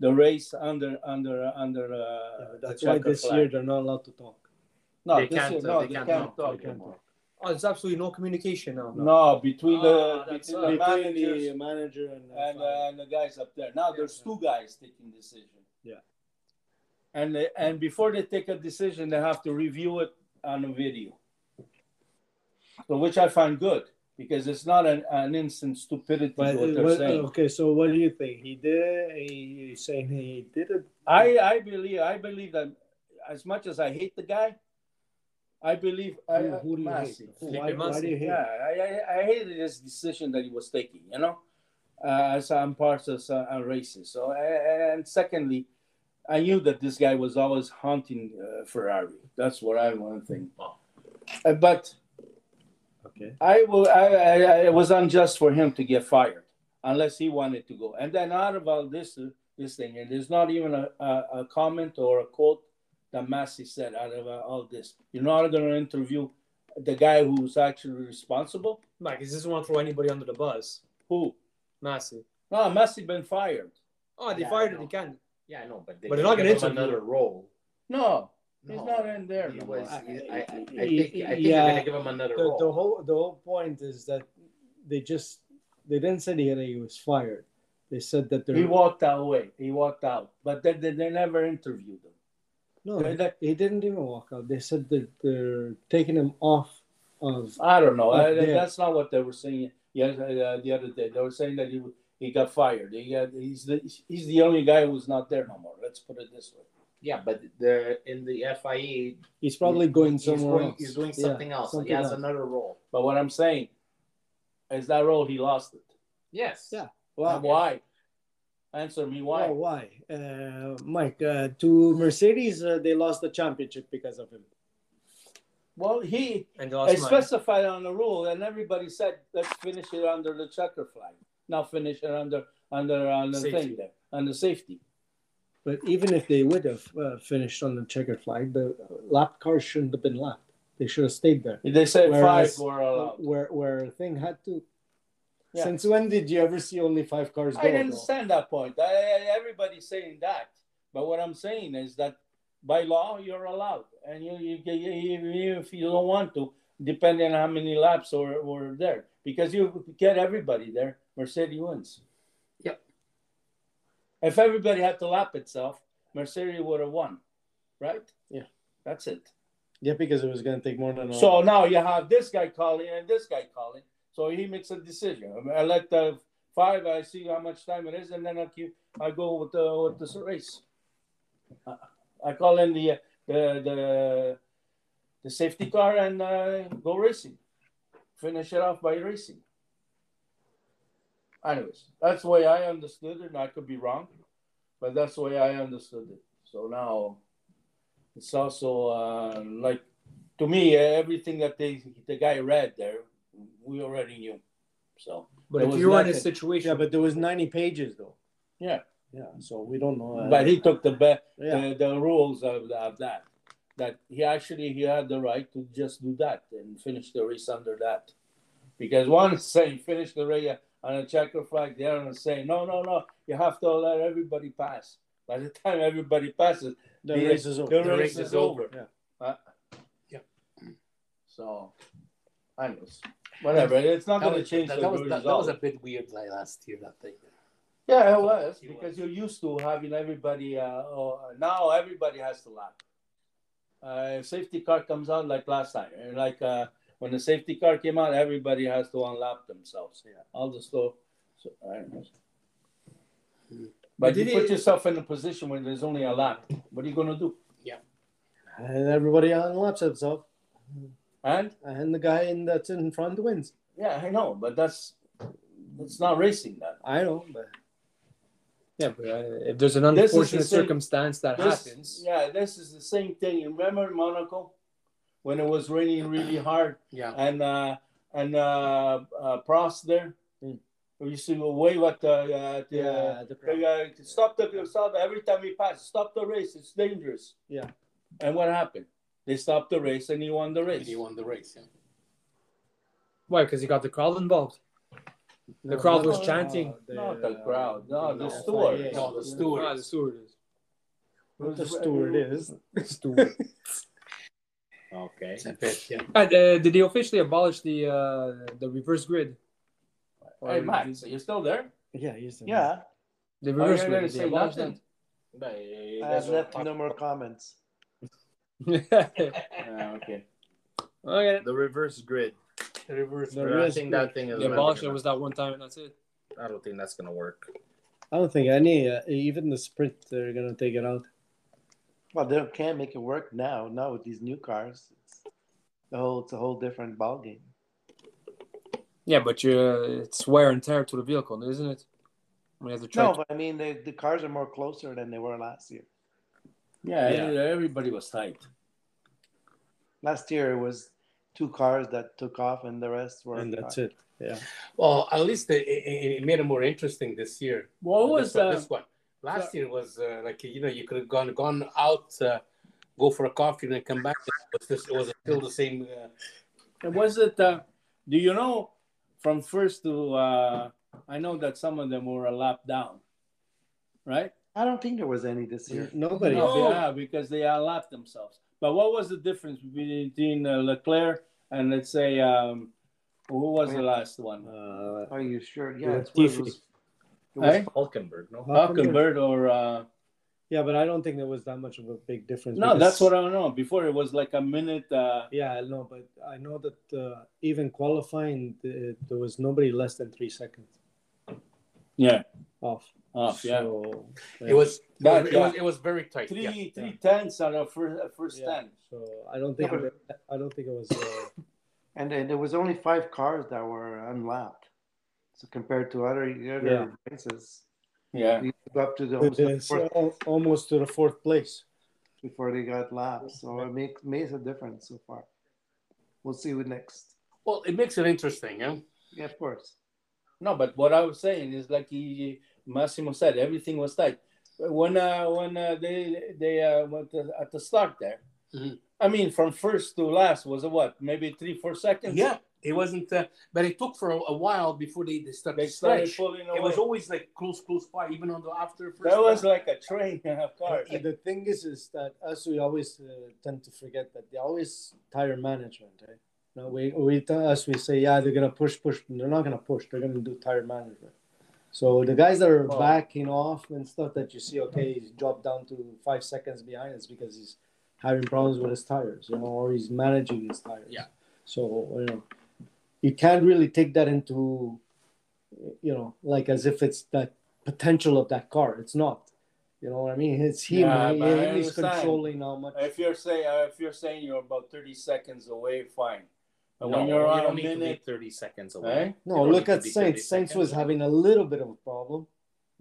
Speaker 5: the race under under under. Uh, the
Speaker 6: That's why
Speaker 5: checkered
Speaker 6: this
Speaker 5: flag.
Speaker 6: year they're not allowed to talk.
Speaker 5: No,
Speaker 3: they
Speaker 5: this
Speaker 3: can't.
Speaker 5: year,
Speaker 3: uh,
Speaker 5: no,
Speaker 3: they, can't, talk
Speaker 5: talk.
Speaker 3: anymore.
Speaker 1: Oh, there's absolutely no communication now.
Speaker 5: No, between
Speaker 1: Ah,
Speaker 5: the
Speaker 1: that's
Speaker 5: between the
Speaker 1: right.
Speaker 6: Between
Speaker 5: managers
Speaker 6: the manager and, uh,
Speaker 5: and, uh, and the guys up there. Now there's two guys taking decision.
Speaker 6: Yeah.
Speaker 5: And they- and before they take a decision, they have to review it on a video. So which I find good because it's not an, an instant stupidity
Speaker 6: But
Speaker 5: what
Speaker 6: it
Speaker 5: they're
Speaker 6: was-
Speaker 5: saying.
Speaker 6: okay, so what do you think? He did. He he's saying he did it.
Speaker 5: I I believe I believe that as much as I hate the guy, I believe I,
Speaker 6: Who- who do you hate?
Speaker 5: Massey.
Speaker 6: Who-
Speaker 1: Felipe
Speaker 6: Why, why do you hate?
Speaker 5: Yeah, I, I, I hated his decision that he was taking, you know, uh, as I'm part of uh, a racist. So, uh, and secondly, I knew that this guy was always haunting uh, Ferrari. That's what I one thing. Uh, but
Speaker 6: Okay.
Speaker 5: I will. I, I, I it was unjust for him to get fired unless he wanted to go. And then out of all this uh, this thing, and there's not even a, a, a comment or a quote that Massey said out of uh, all this. You're not going to interview the guy who's actually responsible.
Speaker 1: Mike, he doesn't want to throw anybody under the bus.
Speaker 5: Who?
Speaker 1: Massey.
Speaker 5: No, Massey been fired.
Speaker 1: Oh, they
Speaker 3: Yeah,
Speaker 1: fired
Speaker 3: I
Speaker 1: him. They
Speaker 3: know.
Speaker 1: can.
Speaker 3: Yeah, I know, but they
Speaker 1: But they're not
Speaker 3: give
Speaker 1: gonna
Speaker 3: him
Speaker 1: interview.
Speaker 3: another role.
Speaker 5: No, he's
Speaker 3: No,
Speaker 5: not in there.
Speaker 3: He
Speaker 5: no
Speaker 3: was.
Speaker 5: more.
Speaker 3: he- I, I, I think. I think
Speaker 6: Yeah.
Speaker 3: they're gonna give him another
Speaker 6: The,
Speaker 3: role.
Speaker 6: the whole the whole point is that they just they didn't say that he was fired. They said that they're
Speaker 5: He walked away. He walked out. But they, they, they never interviewed him.
Speaker 6: no. He didn't even walk out. They said that they're taking him off of.
Speaker 5: I don't know.
Speaker 6: Up
Speaker 5: I,
Speaker 6: there.
Speaker 5: that's not what they were saying. Yeah, uh, the other day they were saying that he he got fired. He got, he's the he's the only guy who's not there no more. Let's put it this way.
Speaker 3: yeah, but they're in the E, FIE.
Speaker 6: He's probably going
Speaker 3: he's
Speaker 6: somewhere
Speaker 3: doing-
Speaker 6: else.
Speaker 3: He's doing
Speaker 6: Yeah,
Speaker 3: something else.
Speaker 6: something
Speaker 3: he has
Speaker 6: else.
Speaker 3: another role.
Speaker 5: But what I'm saying is that role he lost it.
Speaker 3: Yes.
Speaker 6: Yeah.
Speaker 5: And why? Answer me why.
Speaker 6: Oh, why? Uh, Mike, uh, to Mercedes, uh, they lost the championship because of him.
Speaker 5: Well, he
Speaker 1: And they lost
Speaker 5: it's
Speaker 1: Mike.
Speaker 5: specified on the rule, and everybody said let's finish it under the checker flag, not finish it under under on the
Speaker 1: Safety.
Speaker 5: thing there under safety.
Speaker 6: But even if they would have uh, finished on the checkered flag, the lap car shouldn't have been lapped. They should have stayed there.
Speaker 5: They said
Speaker 6: Whereas-
Speaker 5: five were allowed.
Speaker 6: Where where thing had to.
Speaker 5: Yeah.
Speaker 6: Since when did you ever see only five cars go?
Speaker 5: I
Speaker 6: though?
Speaker 5: understand that point. I, I- everybody's saying that, but what I'm saying is that by law you're allowed, and you, you, you you- if you don't want to, depending on how many laps or were there, because you get everybody there, Mercedes wins.
Speaker 2: Yep.
Speaker 5: If everybody had to lap itself, Mercedes would have won, right?
Speaker 6: Yeah.
Speaker 5: That's it.
Speaker 6: Yeah, because it was going to take more than a
Speaker 5: So now you have this guy calling and this guy calling. So he makes a decision. I, mean, I let the five. I see how much time it is, and then I keep. I go with the with this race. I, I call in the the the, the safety car and uh, go racing. Finish it off by racing. Anyways, that's the way I understood it, and I could be wrong, but that's the way I understood it. So now it's also uh, like to me, uh, everything that they, the guy read there, we already knew. So
Speaker 1: But
Speaker 5: There
Speaker 1: if
Speaker 5: was
Speaker 1: you're in a
Speaker 5: nothing.
Speaker 1: situation,
Speaker 6: Yeah, but there was 90 pages though.
Speaker 5: Yeah.
Speaker 6: Yeah, so we don't know. uh,
Speaker 5: but he took the be-
Speaker 6: yeah.
Speaker 5: the, the rules of, of that that he actually he had the right to just do that and finish the race under that because one is saying finish the race on a checker flag the other is saying no no no you have to let everybody pass by the time everybody passes
Speaker 6: the
Speaker 5: the-
Speaker 6: race is over.
Speaker 5: the race is over
Speaker 6: Yeah.
Speaker 5: so anyways whatever it's not going to
Speaker 2: was-
Speaker 5: change
Speaker 2: that,
Speaker 5: the
Speaker 2: that was, that,
Speaker 5: result.
Speaker 2: that was a bit weird like last year, that thing.
Speaker 5: Yeah, it was
Speaker 2: It
Speaker 5: because
Speaker 2: was.
Speaker 5: you're used to having everybody. Uh, oh, now everybody has to lap. Uh, if safety car comes out like last time, and like uh, when the safety car came out, everybody has to unlap themselves.
Speaker 6: Yeah.
Speaker 5: All the slow. So, I don't know.
Speaker 2: Mm.
Speaker 5: But
Speaker 1: But
Speaker 5: you
Speaker 1: did
Speaker 5: put
Speaker 1: it-
Speaker 5: yourself in a position where there's only a lap. What are you gonna do?
Speaker 6: And everybody unlaps himself,
Speaker 5: And
Speaker 6: and the guy in that's in front wins.
Speaker 5: yeah, I know, but that's that's not racing. That
Speaker 6: I know, but
Speaker 1: yeah, but uh, if there's an
Speaker 5: This is the
Speaker 1: unfortunate
Speaker 5: same-
Speaker 1: circumstance that
Speaker 5: This-
Speaker 1: happens,
Speaker 5: Yeah, this is the same thing. You remember in Monaco when it was raining really hard?
Speaker 2: Yeah.
Speaker 5: And uh, and uh, uh, Prost there,
Speaker 6: Mm.
Speaker 5: we used to wave at the, uh, at the
Speaker 6: yeah, the
Speaker 5: the guy to stop the stop every time he passed. Stop the race. It's dangerous.
Speaker 6: Yeah.
Speaker 5: And what happened? They stopped the race and he won the race.
Speaker 2: He won the race. Yeah.
Speaker 1: why? Because you got the crowd involved. The crowd was chanting.
Speaker 5: Not the crowd. No, the
Speaker 6: no,
Speaker 5: steward.
Speaker 6: yeah.
Speaker 2: No, the
Speaker 1: Ah,
Speaker 2: steward.
Speaker 1: the stewardess.
Speaker 6: What the steward is.
Speaker 1: Steward.
Speaker 3: Okay.
Speaker 2: It's a bit, yeah.
Speaker 1: And, uh, did they officially abolish the uh, the reverse grid?
Speaker 5: Hey,
Speaker 1: Or
Speaker 5: Max, are you still there?
Speaker 6: Yeah, he's the
Speaker 1: The reverse
Speaker 5: Oh, you're
Speaker 1: grid. Did
Speaker 5: gonna
Speaker 1: they
Speaker 5: say
Speaker 1: abolish
Speaker 5: nothing.
Speaker 4: I have left no more comments.
Speaker 1: Oh, that?
Speaker 3: Uh,
Speaker 5: Ah, okay.
Speaker 1: okay.
Speaker 3: The reverse grid.
Speaker 2: The reverse.
Speaker 6: The
Speaker 3: I
Speaker 6: reverse
Speaker 3: think
Speaker 6: grid.
Speaker 3: that thing is.
Speaker 1: They
Speaker 3: never
Speaker 1: abolished it
Speaker 3: gonna-
Speaker 1: was that one time and that's it.
Speaker 3: I don't think that's gonna work.
Speaker 6: I don't think any, uh, even the sprint, they're gonna take it out.
Speaker 4: Well, they can't make it work now. Now with these new cars, it's a whole it's a whole different ballgame.
Speaker 1: Yeah, but you uh, it's wear and tear to the vehicle, isn't it? When you have to try
Speaker 4: No,
Speaker 1: to-
Speaker 4: but I mean the, the cars are more closer than they were last year.
Speaker 5: Yeah,
Speaker 3: Yeah.
Speaker 5: everybody was tight.
Speaker 4: Last year it was two cars that took off, and the rest were.
Speaker 6: And that's it. Yeah.
Speaker 2: Well, at least it, it, it made it more interesting this year. Uh,
Speaker 5: What was uh,
Speaker 2: this, one-
Speaker 5: the
Speaker 2: this one? Last year was uh, like you know you could have gone gone out, uh, go for a coffee, and then come back. It was, just, it was still the same. Uh,
Speaker 5: And was it? Uh, do you know from first to? Uh, I know that some of them were a lap down, right?
Speaker 4: I don't think there was any this year.
Speaker 6: Nobody.
Speaker 5: No, yeah, because they are lap themselves. But what was the difference between between, uh, Leclerc and let's say um, who was the last one?
Speaker 6: Uh,
Speaker 4: Are you sure?
Speaker 6: Yeah,
Speaker 4: Yeah, it's what it
Speaker 6: Tiffany.
Speaker 4: was. It was
Speaker 5: Eh?
Speaker 3: Hulkenberg, no.
Speaker 5: Hockenberg or uh,
Speaker 6: yeah, but I don't think there was that much of a big difference.
Speaker 5: no? That's
Speaker 6: because-
Speaker 5: what I know. Before it was like a minute. Uh,
Speaker 6: Yeah, I know, but I know that uh, even qualifying, th- there was nobody less than three seconds
Speaker 5: yeah,
Speaker 6: off.
Speaker 5: off. Yeah,
Speaker 6: So,
Speaker 2: It was it,
Speaker 5: That,
Speaker 2: was, it
Speaker 5: yeah.
Speaker 2: was it was very tight.
Speaker 5: three
Speaker 2: yeah.
Speaker 5: three tenths on the first uh, first
Speaker 6: yeah,
Speaker 5: ten.
Speaker 6: So I don't think
Speaker 4: No,
Speaker 6: I don't think it was. Uh,
Speaker 4: And then there was only five cars that were unlapped. So compared to other other
Speaker 6: Yeah.
Speaker 4: races,
Speaker 5: Yeah,
Speaker 4: we got up to the
Speaker 6: it
Speaker 4: almost the
Speaker 6: is
Speaker 4: fourth
Speaker 6: al- almost to the fourth place.
Speaker 4: before they got lapped. So it makes makes a difference so far. We'll see what next.
Speaker 2: Well, it makes it interesting, yeah.
Speaker 4: Yeah, of course.
Speaker 5: No, but what I was saying is like he, Massimo said, everything was tight. When uh, when uh, they they uh, went to, at the start there,
Speaker 2: Mhm.
Speaker 5: I mean, from first to last was a what, maybe three four seconds.
Speaker 2: Yeah, it wasn't, uh, but it took for a, a while before they, they started.
Speaker 5: they
Speaker 2: to
Speaker 5: started
Speaker 2: stretch.
Speaker 5: pulling away.
Speaker 2: It was always like close, close by, even on the after first.
Speaker 5: that was
Speaker 2: lap.
Speaker 5: like a train of cars.
Speaker 6: And the thing is, is that us we always uh, tend to forget that they always tire management. Right? No, we we tell us we say yeah they're gonna push push. They're not gonna push. They're gonna do tire management. So the guys that are
Speaker 5: Oh.
Speaker 6: backing off and stuff that you see, okay, he's dropped down to five seconds behind. It's because he's having problems with his tires, you know, or he's managing his tires.
Speaker 3: Yeah.
Speaker 6: So you know, you can't really take that into, you know, like as if it's that potential of that car. It's not. You know what I mean? It's him.
Speaker 5: Yeah,
Speaker 6: he,
Speaker 5: but I
Speaker 6: he's
Speaker 5: understand.
Speaker 6: controlling how much.
Speaker 5: If you're saying uh, if you're saying you're about thirty seconds away, fine. But
Speaker 3: No,
Speaker 5: when you're on
Speaker 3: you
Speaker 5: a
Speaker 3: don't need to be
Speaker 5: minute,
Speaker 3: 30 seconds away.
Speaker 5: eh?
Speaker 6: No,
Speaker 3: It only
Speaker 6: look
Speaker 3: could
Speaker 6: at
Speaker 3: be
Speaker 6: Saints.
Speaker 3: 30
Speaker 6: Saints was
Speaker 3: seconds.
Speaker 6: having a little bit of a problem,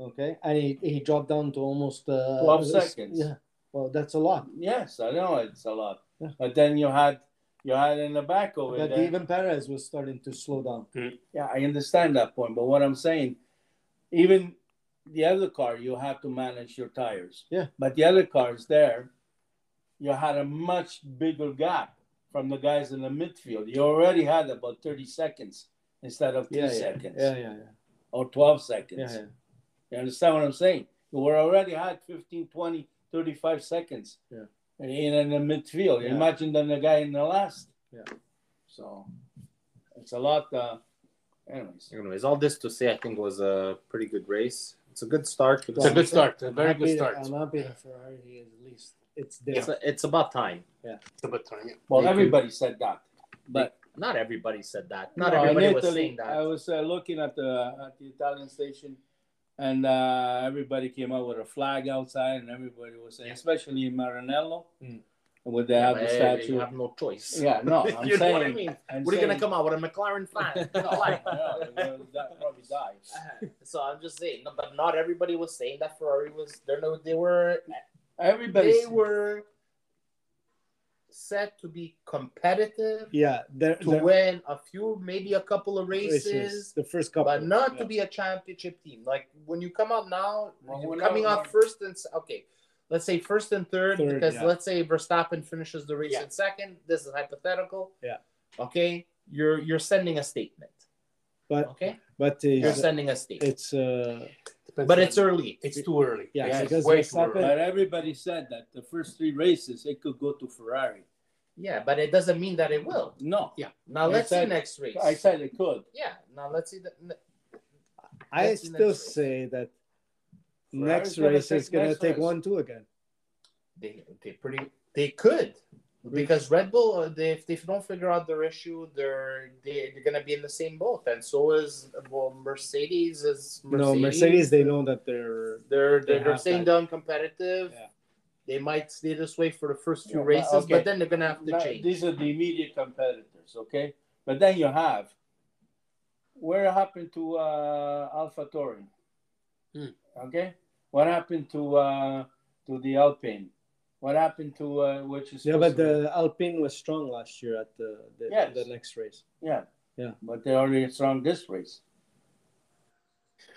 Speaker 6: okay, and he, he dropped down to almost uh,
Speaker 5: 12 seconds.
Speaker 6: Yeah, well, that's a lot.
Speaker 5: Yes, I know it's a lot.
Speaker 6: Yeah.
Speaker 5: But then you had you had in the back over
Speaker 6: But
Speaker 5: there.
Speaker 6: even Perez was starting to slow down.
Speaker 5: Yeah, I understand that point. But what I'm saying, even the other car, you have to manage your tires.
Speaker 6: Yeah.
Speaker 5: But the other cars there, you had a much bigger gap from the guys in the midfield. You already had about 30 seconds instead of two
Speaker 6: Yeah, yeah, yeah,
Speaker 5: seconds
Speaker 6: yeah, yeah,
Speaker 5: or 12 seconds.
Speaker 6: yeah, yeah.
Speaker 5: You understand what I'm saying? You were already had 15, 20, 35 seconds.
Speaker 6: Yeah.
Speaker 5: And in, in the midfield.
Speaker 6: Yeah.
Speaker 5: Imagine then the guy in the last.
Speaker 6: Yeah.
Speaker 5: So it's a lot. Uh, anyways.
Speaker 3: Anyways, all this to say, I think was a pretty good race. It's a good start. For the
Speaker 2: It's a
Speaker 3: season.
Speaker 2: good start, a very
Speaker 6: Happy
Speaker 2: good
Speaker 6: that-
Speaker 2: start.
Speaker 5: uh,
Speaker 6: I'm happy that Ferrari is at least it's there.
Speaker 3: It's, it's about time.
Speaker 2: It's about time, yeah.
Speaker 5: Well,
Speaker 3: They could-
Speaker 5: everybody said that. But
Speaker 3: Not everybody said that. Not
Speaker 5: No, in
Speaker 3: everybody was
Speaker 5: Italy,
Speaker 3: saying that.
Speaker 5: I was uh, looking at the at the Italian station, and uh, everybody came out with a flag outside, and everybody was saying,
Speaker 3: Yeah.
Speaker 5: especially in Maranello,
Speaker 6: Mm.
Speaker 5: where they have the
Speaker 3: Hey,
Speaker 5: statue.
Speaker 3: You have no choice.
Speaker 5: Yeah, no, I'm
Speaker 3: you know
Speaker 5: saying.
Speaker 3: what I mean?
Speaker 5: I'm
Speaker 3: What are you gonna
Speaker 5: saying-
Speaker 3: come out with a McLaren flag?
Speaker 5: No,
Speaker 3: No, like-
Speaker 5: no, they'll die- probably die.
Speaker 3: so I'm just saying, no, but not everybody was saying that Ferrari was. They know they were.
Speaker 5: Everybody.
Speaker 3: They were said to be competitive
Speaker 6: Yeah, they're,
Speaker 3: to
Speaker 6: they're
Speaker 3: win a few, maybe a couple of races,
Speaker 6: races, the first couple,
Speaker 3: but not
Speaker 5: Yeah.
Speaker 3: to be a championship team. Like when you come out now,
Speaker 5: Well,
Speaker 3: you're
Speaker 5: we're
Speaker 3: coming
Speaker 5: not-
Speaker 3: out first and s- okay, let's say first and third,
Speaker 6: Third,
Speaker 3: because
Speaker 6: yeah.
Speaker 3: let's say Verstappen finishes the race
Speaker 6: Yeah.
Speaker 3: in second. This is hypothetical.
Speaker 6: Yeah.
Speaker 3: Okay, you're you're sending a statement.
Speaker 6: but
Speaker 3: Okay,
Speaker 6: but
Speaker 3: you're
Speaker 6: it's
Speaker 3: sending a statement,
Speaker 6: it's uh,
Speaker 2: Depends
Speaker 3: but
Speaker 2: on-
Speaker 3: it's early.
Speaker 2: it's too early.
Speaker 6: yeah,
Speaker 5: Yeah,
Speaker 6: because
Speaker 2: way too
Speaker 6: Verstappen-
Speaker 5: But everybody said that the first three races it could go to Ferrari.
Speaker 3: Yeah, but it doesn't mean that it will.
Speaker 5: No,
Speaker 3: Now
Speaker 5: I
Speaker 3: let's
Speaker 5: said-
Speaker 3: see next race.
Speaker 5: I said it could.
Speaker 3: yeah. Now let's see the
Speaker 6: I
Speaker 3: Let's see
Speaker 6: still
Speaker 3: next race.
Speaker 6: say that
Speaker 5: Ferrari's
Speaker 6: next
Speaker 5: gonna
Speaker 6: race
Speaker 5: take
Speaker 6: is gonna
Speaker 5: next
Speaker 6: take
Speaker 5: race.
Speaker 6: one two again.
Speaker 3: they they pretty they could because Red Bull uh, they, if they don't figure out their issue they're they, they're gonna be in the same boat and so is well Mercedes is Mercedes.
Speaker 6: No, Mercedes, they know that they're
Speaker 3: they're
Speaker 6: they
Speaker 3: they're,
Speaker 6: have
Speaker 3: they're saying they're uncompetitive.
Speaker 6: Yeah.
Speaker 3: They might stay this way for the first few
Speaker 5: Yeah, but-
Speaker 3: races, but,
Speaker 5: okay.
Speaker 3: then they're gonna have to
Speaker 5: Now,
Speaker 3: change.
Speaker 5: These are the immediate competitors, okay? But then you have where happened to uh, Alpha Torin?
Speaker 2: Hmm.
Speaker 5: Okay, what happened to uh, to the Alpine? What happened to uh, which is
Speaker 6: Yeah,
Speaker 5: supposed
Speaker 6: but
Speaker 5: to be-
Speaker 6: the Alpine was strong last year at the the,
Speaker 5: Yes.
Speaker 6: the next race.
Speaker 5: yeah
Speaker 6: Yeah.
Speaker 5: but they already strong this race.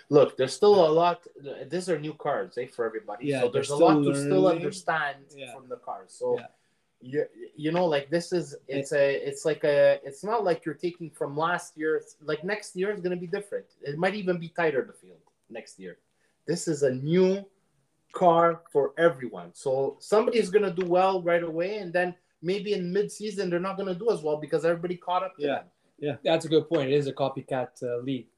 Speaker 3: Look, there's still a lot. These are new cars, eh, for everybody.
Speaker 6: Yeah,
Speaker 3: so there's a
Speaker 6: they're
Speaker 3: lot
Speaker 6: still
Speaker 3: to still
Speaker 6: learning.
Speaker 3: understand
Speaker 6: Yeah.
Speaker 3: from the cars. So.
Speaker 6: Yeah.
Speaker 3: You, you know like this is it's a it's like a it's not like you're taking from last year It's like next year is going to be different it might even be tighter the field next year this is a new car for everyone so somebody is going to do well right away and then maybe in mid-season they're not going to do as well because everybody caught up to
Speaker 6: Yeah.
Speaker 3: them.
Speaker 1: That's a good point. It is a copycat uh, league.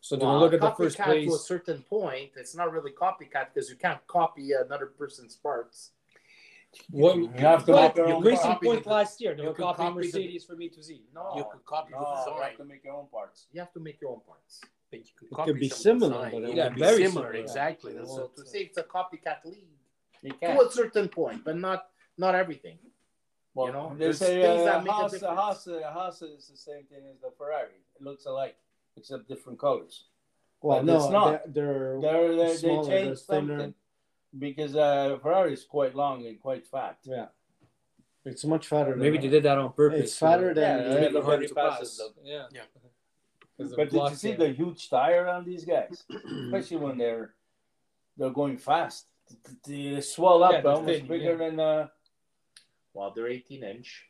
Speaker 1: So they
Speaker 3: Well,
Speaker 1: will look at the
Speaker 3: copycat
Speaker 1: first
Speaker 3: to a
Speaker 1: place.
Speaker 3: certain point. It's not really copycat because you can't copy another person's parts.
Speaker 1: What,
Speaker 2: You have to
Speaker 1: what,
Speaker 2: make your own
Speaker 1: racing
Speaker 2: copy.
Speaker 1: point last year, they
Speaker 2: You
Speaker 1: were
Speaker 2: can
Speaker 1: copying
Speaker 2: copy the-
Speaker 1: Mercedes from A to Z.
Speaker 5: No,
Speaker 2: You could copy
Speaker 5: no,
Speaker 2: the
Speaker 5: Oh, you
Speaker 2: design.
Speaker 5: have to make your own parts.
Speaker 3: You have to make your own parts.
Speaker 2: but you could
Speaker 6: It
Speaker 2: copy
Speaker 6: could be
Speaker 2: some
Speaker 6: similar,
Speaker 2: design.
Speaker 6: but it
Speaker 2: It
Speaker 1: Yeah,
Speaker 2: could be
Speaker 1: very
Speaker 2: similar,
Speaker 1: similar, yeah.
Speaker 2: exactly. That's
Speaker 3: So
Speaker 2: what-
Speaker 3: to say it's a copycat league
Speaker 5: You can't.
Speaker 3: to a certain point, but not not everything.
Speaker 5: Well,
Speaker 3: You know,
Speaker 5: they
Speaker 3: there's
Speaker 5: say
Speaker 3: things
Speaker 5: uh,
Speaker 3: that make a
Speaker 5: Haas,
Speaker 3: difference.
Speaker 5: Haas, uh, Haas is the same thing as the Ferrari. It looks alike, except different colors.
Speaker 6: Well,
Speaker 5: But
Speaker 6: no,
Speaker 5: it's not.
Speaker 6: They're, they're
Speaker 5: They're, they
Speaker 6: smaller,
Speaker 5: they
Speaker 6: they're
Speaker 5: changed
Speaker 6: thinner.
Speaker 5: something because uh, Ferrari is quite long and quite fat.
Speaker 6: yeah, it's much fatter.
Speaker 1: Maybe they
Speaker 6: than
Speaker 1: did that on purpose.
Speaker 6: It's fatter than
Speaker 5: Yeah,
Speaker 6: the,
Speaker 5: yeah,
Speaker 2: really hard to pass.
Speaker 5: passes them.
Speaker 1: Yeah.
Speaker 2: Yeah.
Speaker 1: 'Cause the
Speaker 5: But did you
Speaker 1: blocks
Speaker 5: see
Speaker 1: there.
Speaker 5: the huge tire on these guys, especially when they're they're going fast? They swell up
Speaker 1: Yeah, they're
Speaker 5: almost
Speaker 1: thin,
Speaker 5: bigger than uh,
Speaker 3: Well, they're 18 inch.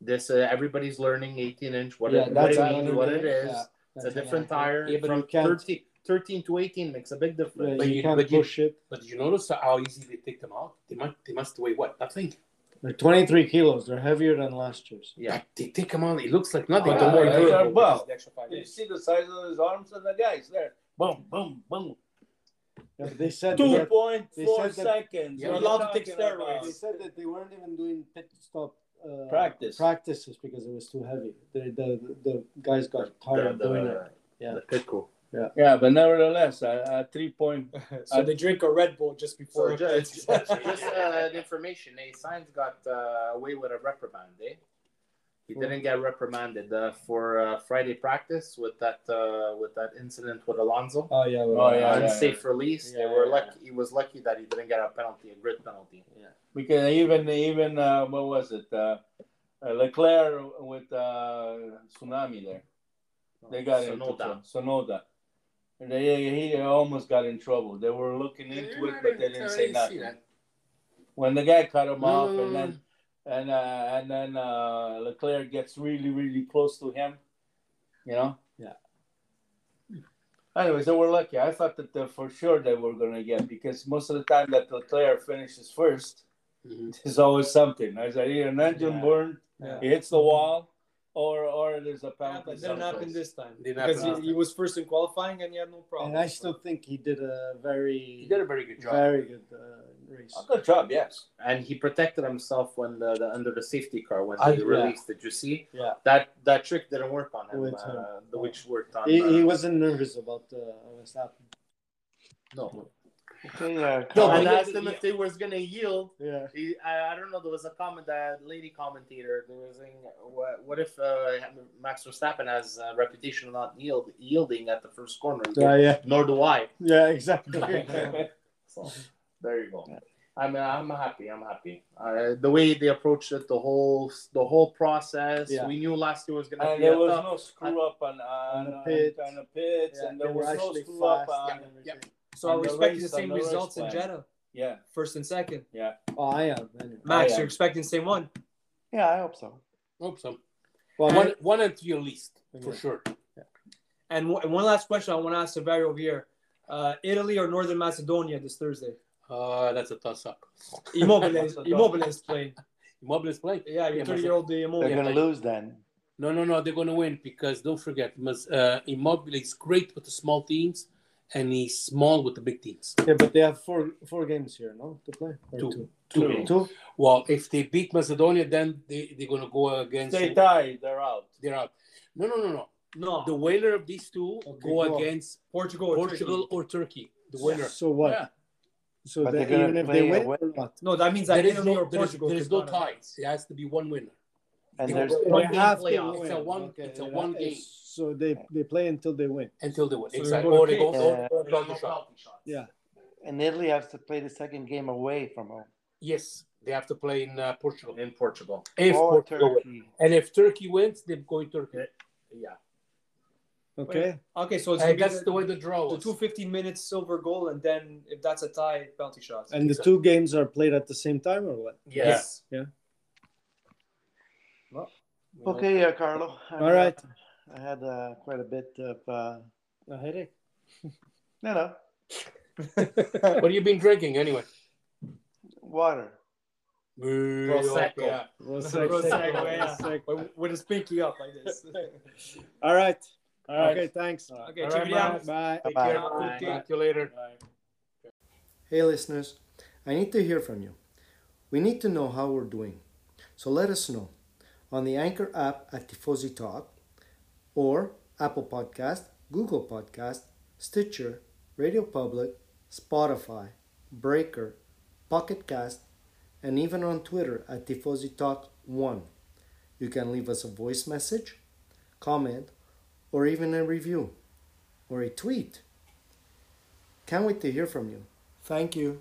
Speaker 3: This uh, everybody's learning 18 inch. What
Speaker 6: Yeah,
Speaker 3: it, what
Speaker 6: that's
Speaker 3: it means,
Speaker 6: another
Speaker 3: what
Speaker 6: thing.
Speaker 3: it is.
Speaker 6: Yeah,
Speaker 3: it's a different tire.
Speaker 6: Yeah, but
Speaker 3: From
Speaker 6: you can't-
Speaker 3: 13, 13 to 18 makes a big
Speaker 6: Yeah,
Speaker 3: difference.
Speaker 2: But
Speaker 6: you,
Speaker 2: you-
Speaker 6: can't
Speaker 2: but you-
Speaker 6: push it.
Speaker 2: But you notice how easy they take them out? They must, they must weigh what? Nothing.
Speaker 6: They're 23 kilos. They're heavier than last year's.
Speaker 3: Yeah.
Speaker 2: They take them out. It looks like nothing.
Speaker 5: Yeah,
Speaker 2: They're more
Speaker 5: yeah, yeah.
Speaker 2: durable.
Speaker 5: Well,
Speaker 2: The extra five
Speaker 5: you
Speaker 2: minutes.
Speaker 5: see the size of his arms and the guys there. boom, boom, boom.
Speaker 6: No, they said
Speaker 5: Two
Speaker 6: that,
Speaker 5: point four
Speaker 6: They said that-
Speaker 5: seconds.
Speaker 1: Yeah,
Speaker 5: What
Speaker 1: you're allowed
Speaker 5: are
Speaker 1: to take
Speaker 5: you talking
Speaker 1: steroids.
Speaker 5: about?
Speaker 6: they said that they weren't even doing pit stop uh,
Speaker 5: Practice.
Speaker 6: practices because it was too heavy. The the, the guys got tired of
Speaker 3: the,
Speaker 6: doing it.
Speaker 3: the,
Speaker 6: Yeah.
Speaker 3: the pit crew.
Speaker 5: Yeah, but nevertheless, a, a three point.
Speaker 1: so they drink a Red Bull just before.
Speaker 3: So just, just uh, the information, eh, Sainz got uh, away with a reprimand. Eh? He
Speaker 5: Hmm.
Speaker 3: didn't get reprimanded uh, for uh, Friday practice with that uh, with that incident with Alonso.
Speaker 6: Oh yeah.
Speaker 5: Oh, yeah, yeah.
Speaker 3: Unsafe release.
Speaker 5: Yeah,
Speaker 3: they were
Speaker 5: yeah,
Speaker 3: lucky. He was lucky that he didn't get a penalty, a grid penalty.
Speaker 5: Because even even uh, what was it? Uh, uh, Leclerc with uh, tsunami there. They got
Speaker 3: so
Speaker 5: into
Speaker 3: no doubt.
Speaker 5: trouble. Sonoda. They, he almost got in trouble. They were looking into it, but they didn't say nothing. When the guy cut him
Speaker 3: No,
Speaker 5: off,
Speaker 3: no,
Speaker 5: and
Speaker 3: no,
Speaker 6: Mm.
Speaker 5: then and uh, and then uh, Leclerc gets really really close to him, you know.
Speaker 6: Yeah.
Speaker 5: Anyways, they were lucky. I thought that uh, for sure they were gonna get because most of the time that Leclerc finishes first,
Speaker 2: Mhm.
Speaker 5: there's always something. There's either an engine
Speaker 6: Yeah.
Speaker 5: burned,
Speaker 1: Yeah.
Speaker 5: it hits the wall, or or there's a
Speaker 1: Yeah,
Speaker 5: penalty.
Speaker 1: but it didn't
Speaker 5: someplace.
Speaker 1: happen this time
Speaker 2: Didn't
Speaker 1: because
Speaker 2: happen.
Speaker 1: he, he was first in qualifying and he had no problem.
Speaker 6: And I still think he did a very
Speaker 5: He did a very good job.
Speaker 6: very good uh, race.
Speaker 5: A Oh, good job, yes.
Speaker 3: and he protected himself when the, the under the safety car when
Speaker 6: I-
Speaker 3: he
Speaker 6: yeah.
Speaker 3: released. Did you see?
Speaker 6: Yeah.
Speaker 3: That that trick didn't work on him.
Speaker 6: With
Speaker 3: uh,
Speaker 6: him.
Speaker 3: the which worked on.
Speaker 6: He, he
Speaker 3: uh,
Speaker 6: wasn't nervous about uh, what's happening.
Speaker 3: no.
Speaker 4: Okay, uh,
Speaker 3: No,
Speaker 4: Carl,
Speaker 3: and asked him if they was gonna yield.
Speaker 6: Yeah.
Speaker 3: He, I, I don't know. There was a comment that lady commentator. They were saying, "What, what if uh, Max Verstappen has a reputation of not yield, yielding at the first corner?" He
Speaker 6: Yeah.
Speaker 3: goes,
Speaker 6: uh, Yeah.
Speaker 3: Nor do I.
Speaker 6: Yeah. Exactly.
Speaker 3: So there you go. I mean, I'm happy. I'm happy. Uh, the way they approached it, the whole the whole process.
Speaker 6: Yeah.
Speaker 3: We knew last year was gonna
Speaker 5: And
Speaker 3: be a
Speaker 5: there was
Speaker 3: tough-
Speaker 5: no screw up on, on,
Speaker 6: the
Speaker 5: on,
Speaker 6: pits.
Speaker 5: on the pits,
Speaker 6: Yeah,
Speaker 5: and there
Speaker 6: they
Speaker 5: was
Speaker 6: were
Speaker 5: no
Speaker 6: actually
Speaker 5: screw up
Speaker 6: fast.
Speaker 5: on.
Speaker 2: Yeah, yeah.
Speaker 1: so I
Speaker 5: on the
Speaker 1: expecting the
Speaker 5: race-
Speaker 1: same
Speaker 5: on the race
Speaker 1: results in
Speaker 5: plan.
Speaker 1: Jeddah,
Speaker 5: Yeah,
Speaker 1: first and second.
Speaker 6: Oh, I am. Anyway.
Speaker 1: Max,
Speaker 5: Oh, yeah.
Speaker 1: you're expecting the same one.
Speaker 4: yeah, I hope so.
Speaker 2: Hope so.
Speaker 6: Well,
Speaker 2: One, one at your least, for
Speaker 6: Yeah.
Speaker 2: sure.
Speaker 1: And one- one last question I want to ask Severio here: uh, Italy or Northern Macedonia this Thursday?
Speaker 2: Uh, that's a toss up.
Speaker 1: Immobile, is- Immobile is playing.
Speaker 2: Immobile is playing.
Speaker 1: Yeah, your
Speaker 2: Yeah,
Speaker 1: 30 year old Immobile.
Speaker 4: They're going
Speaker 2: like-
Speaker 4: to lose then.
Speaker 2: No, no, no. They're going to win because don't forget, Mas- uh, Immobile is great with the small teams, and he's small with the big teams.
Speaker 6: yeah, but they have four four games here, no, to play. Or
Speaker 2: Two.
Speaker 6: two.
Speaker 2: Two.
Speaker 6: Two.
Speaker 2: Well, if they beat Macedonia, then they, they're going to go
Speaker 5: If
Speaker 2: against.
Speaker 5: they die, they're out.
Speaker 2: They're out. No, no, no, no.
Speaker 1: No,
Speaker 2: The winner of these two
Speaker 6: Okay,
Speaker 2: go,
Speaker 6: go on.
Speaker 2: against
Speaker 1: Portugal. or
Speaker 2: Portugal
Speaker 1: Turkey.
Speaker 2: or Turkey. The winner.
Speaker 6: So what?
Speaker 2: Yeah.
Speaker 6: So
Speaker 4: But
Speaker 6: they,
Speaker 4: they're gonna
Speaker 6: even if they
Speaker 4: play
Speaker 6: win
Speaker 4: away.
Speaker 6: or not,
Speaker 1: No, that means that
Speaker 2: There is
Speaker 1: Italy
Speaker 2: no,
Speaker 1: or
Speaker 2: there is,
Speaker 1: Portugal.
Speaker 2: there is
Speaker 1: could
Speaker 2: no
Speaker 1: run out.
Speaker 2: ties. It has to be one winner.
Speaker 4: And
Speaker 2: They
Speaker 4: there's
Speaker 2: will
Speaker 6: they
Speaker 2: One game
Speaker 6: have to
Speaker 3: playoff.
Speaker 6: win.
Speaker 2: It's a one-
Speaker 6: Okay,
Speaker 2: it's a
Speaker 6: they
Speaker 2: one
Speaker 6: have-
Speaker 2: game.
Speaker 6: So they they play until they win.
Speaker 2: until they win.
Speaker 1: So
Speaker 2: exactly.
Speaker 1: you're
Speaker 2: Or
Speaker 1: gonna
Speaker 2: they go
Speaker 1: pick. uh,
Speaker 2: or- or
Speaker 3: There's
Speaker 2: penalty
Speaker 3: no
Speaker 2: shot.
Speaker 3: penalty shots.
Speaker 6: Yeah.
Speaker 4: and Italy has to play the second game away from home
Speaker 2: Yes, they have to play in uh, Portugal.
Speaker 3: in Portugal.
Speaker 2: If
Speaker 4: or
Speaker 2: Portugal wins.
Speaker 4: Turkey.
Speaker 2: And if Turkey wins, they're going Turkey.
Speaker 3: Yeah.
Speaker 6: Okay.
Speaker 1: Okay, so it's
Speaker 2: And
Speaker 1: gonna be
Speaker 2: that's the way the draw
Speaker 1: the
Speaker 2: was.
Speaker 1: two 15 minutes silver goal, and then if that's a tie, penalty shots.
Speaker 6: And the two games are played at the same time or what?
Speaker 3: Yes.
Speaker 4: Okay, uh, Carlo. I
Speaker 6: All right.
Speaker 4: I had uh, quite a bit of. Uh,
Speaker 6: A headache.
Speaker 4: no, no.
Speaker 2: What have you been drinking anyway?
Speaker 4: Water.
Speaker 3: Prosecco.
Speaker 2: Yeah.
Speaker 1: With- With his pinky up like this.
Speaker 6: All right.
Speaker 5: All right.
Speaker 6: Okay, thanks.
Speaker 1: Okay,
Speaker 5: All
Speaker 1: check
Speaker 5: right,
Speaker 1: it out.
Speaker 5: Max.
Speaker 6: Bye.
Speaker 5: Take
Speaker 4: Bye-bye.
Speaker 5: care.
Speaker 1: Bye.
Speaker 5: Talk to you later.
Speaker 7: Hey, listeners, I need to hear from you. We need to know how we're doing. So let us know on the Anchor app at Tifosi Talk or Apple Podcast, Google Podcast, Stitcher, Radio Public, Spotify, Breaker, Pocket Cast, and even on Twitter at Tifosi Talk 1. You can leave us a voice message, comment, or even a review or a tweet. Can't wait to hear from you. Thank you.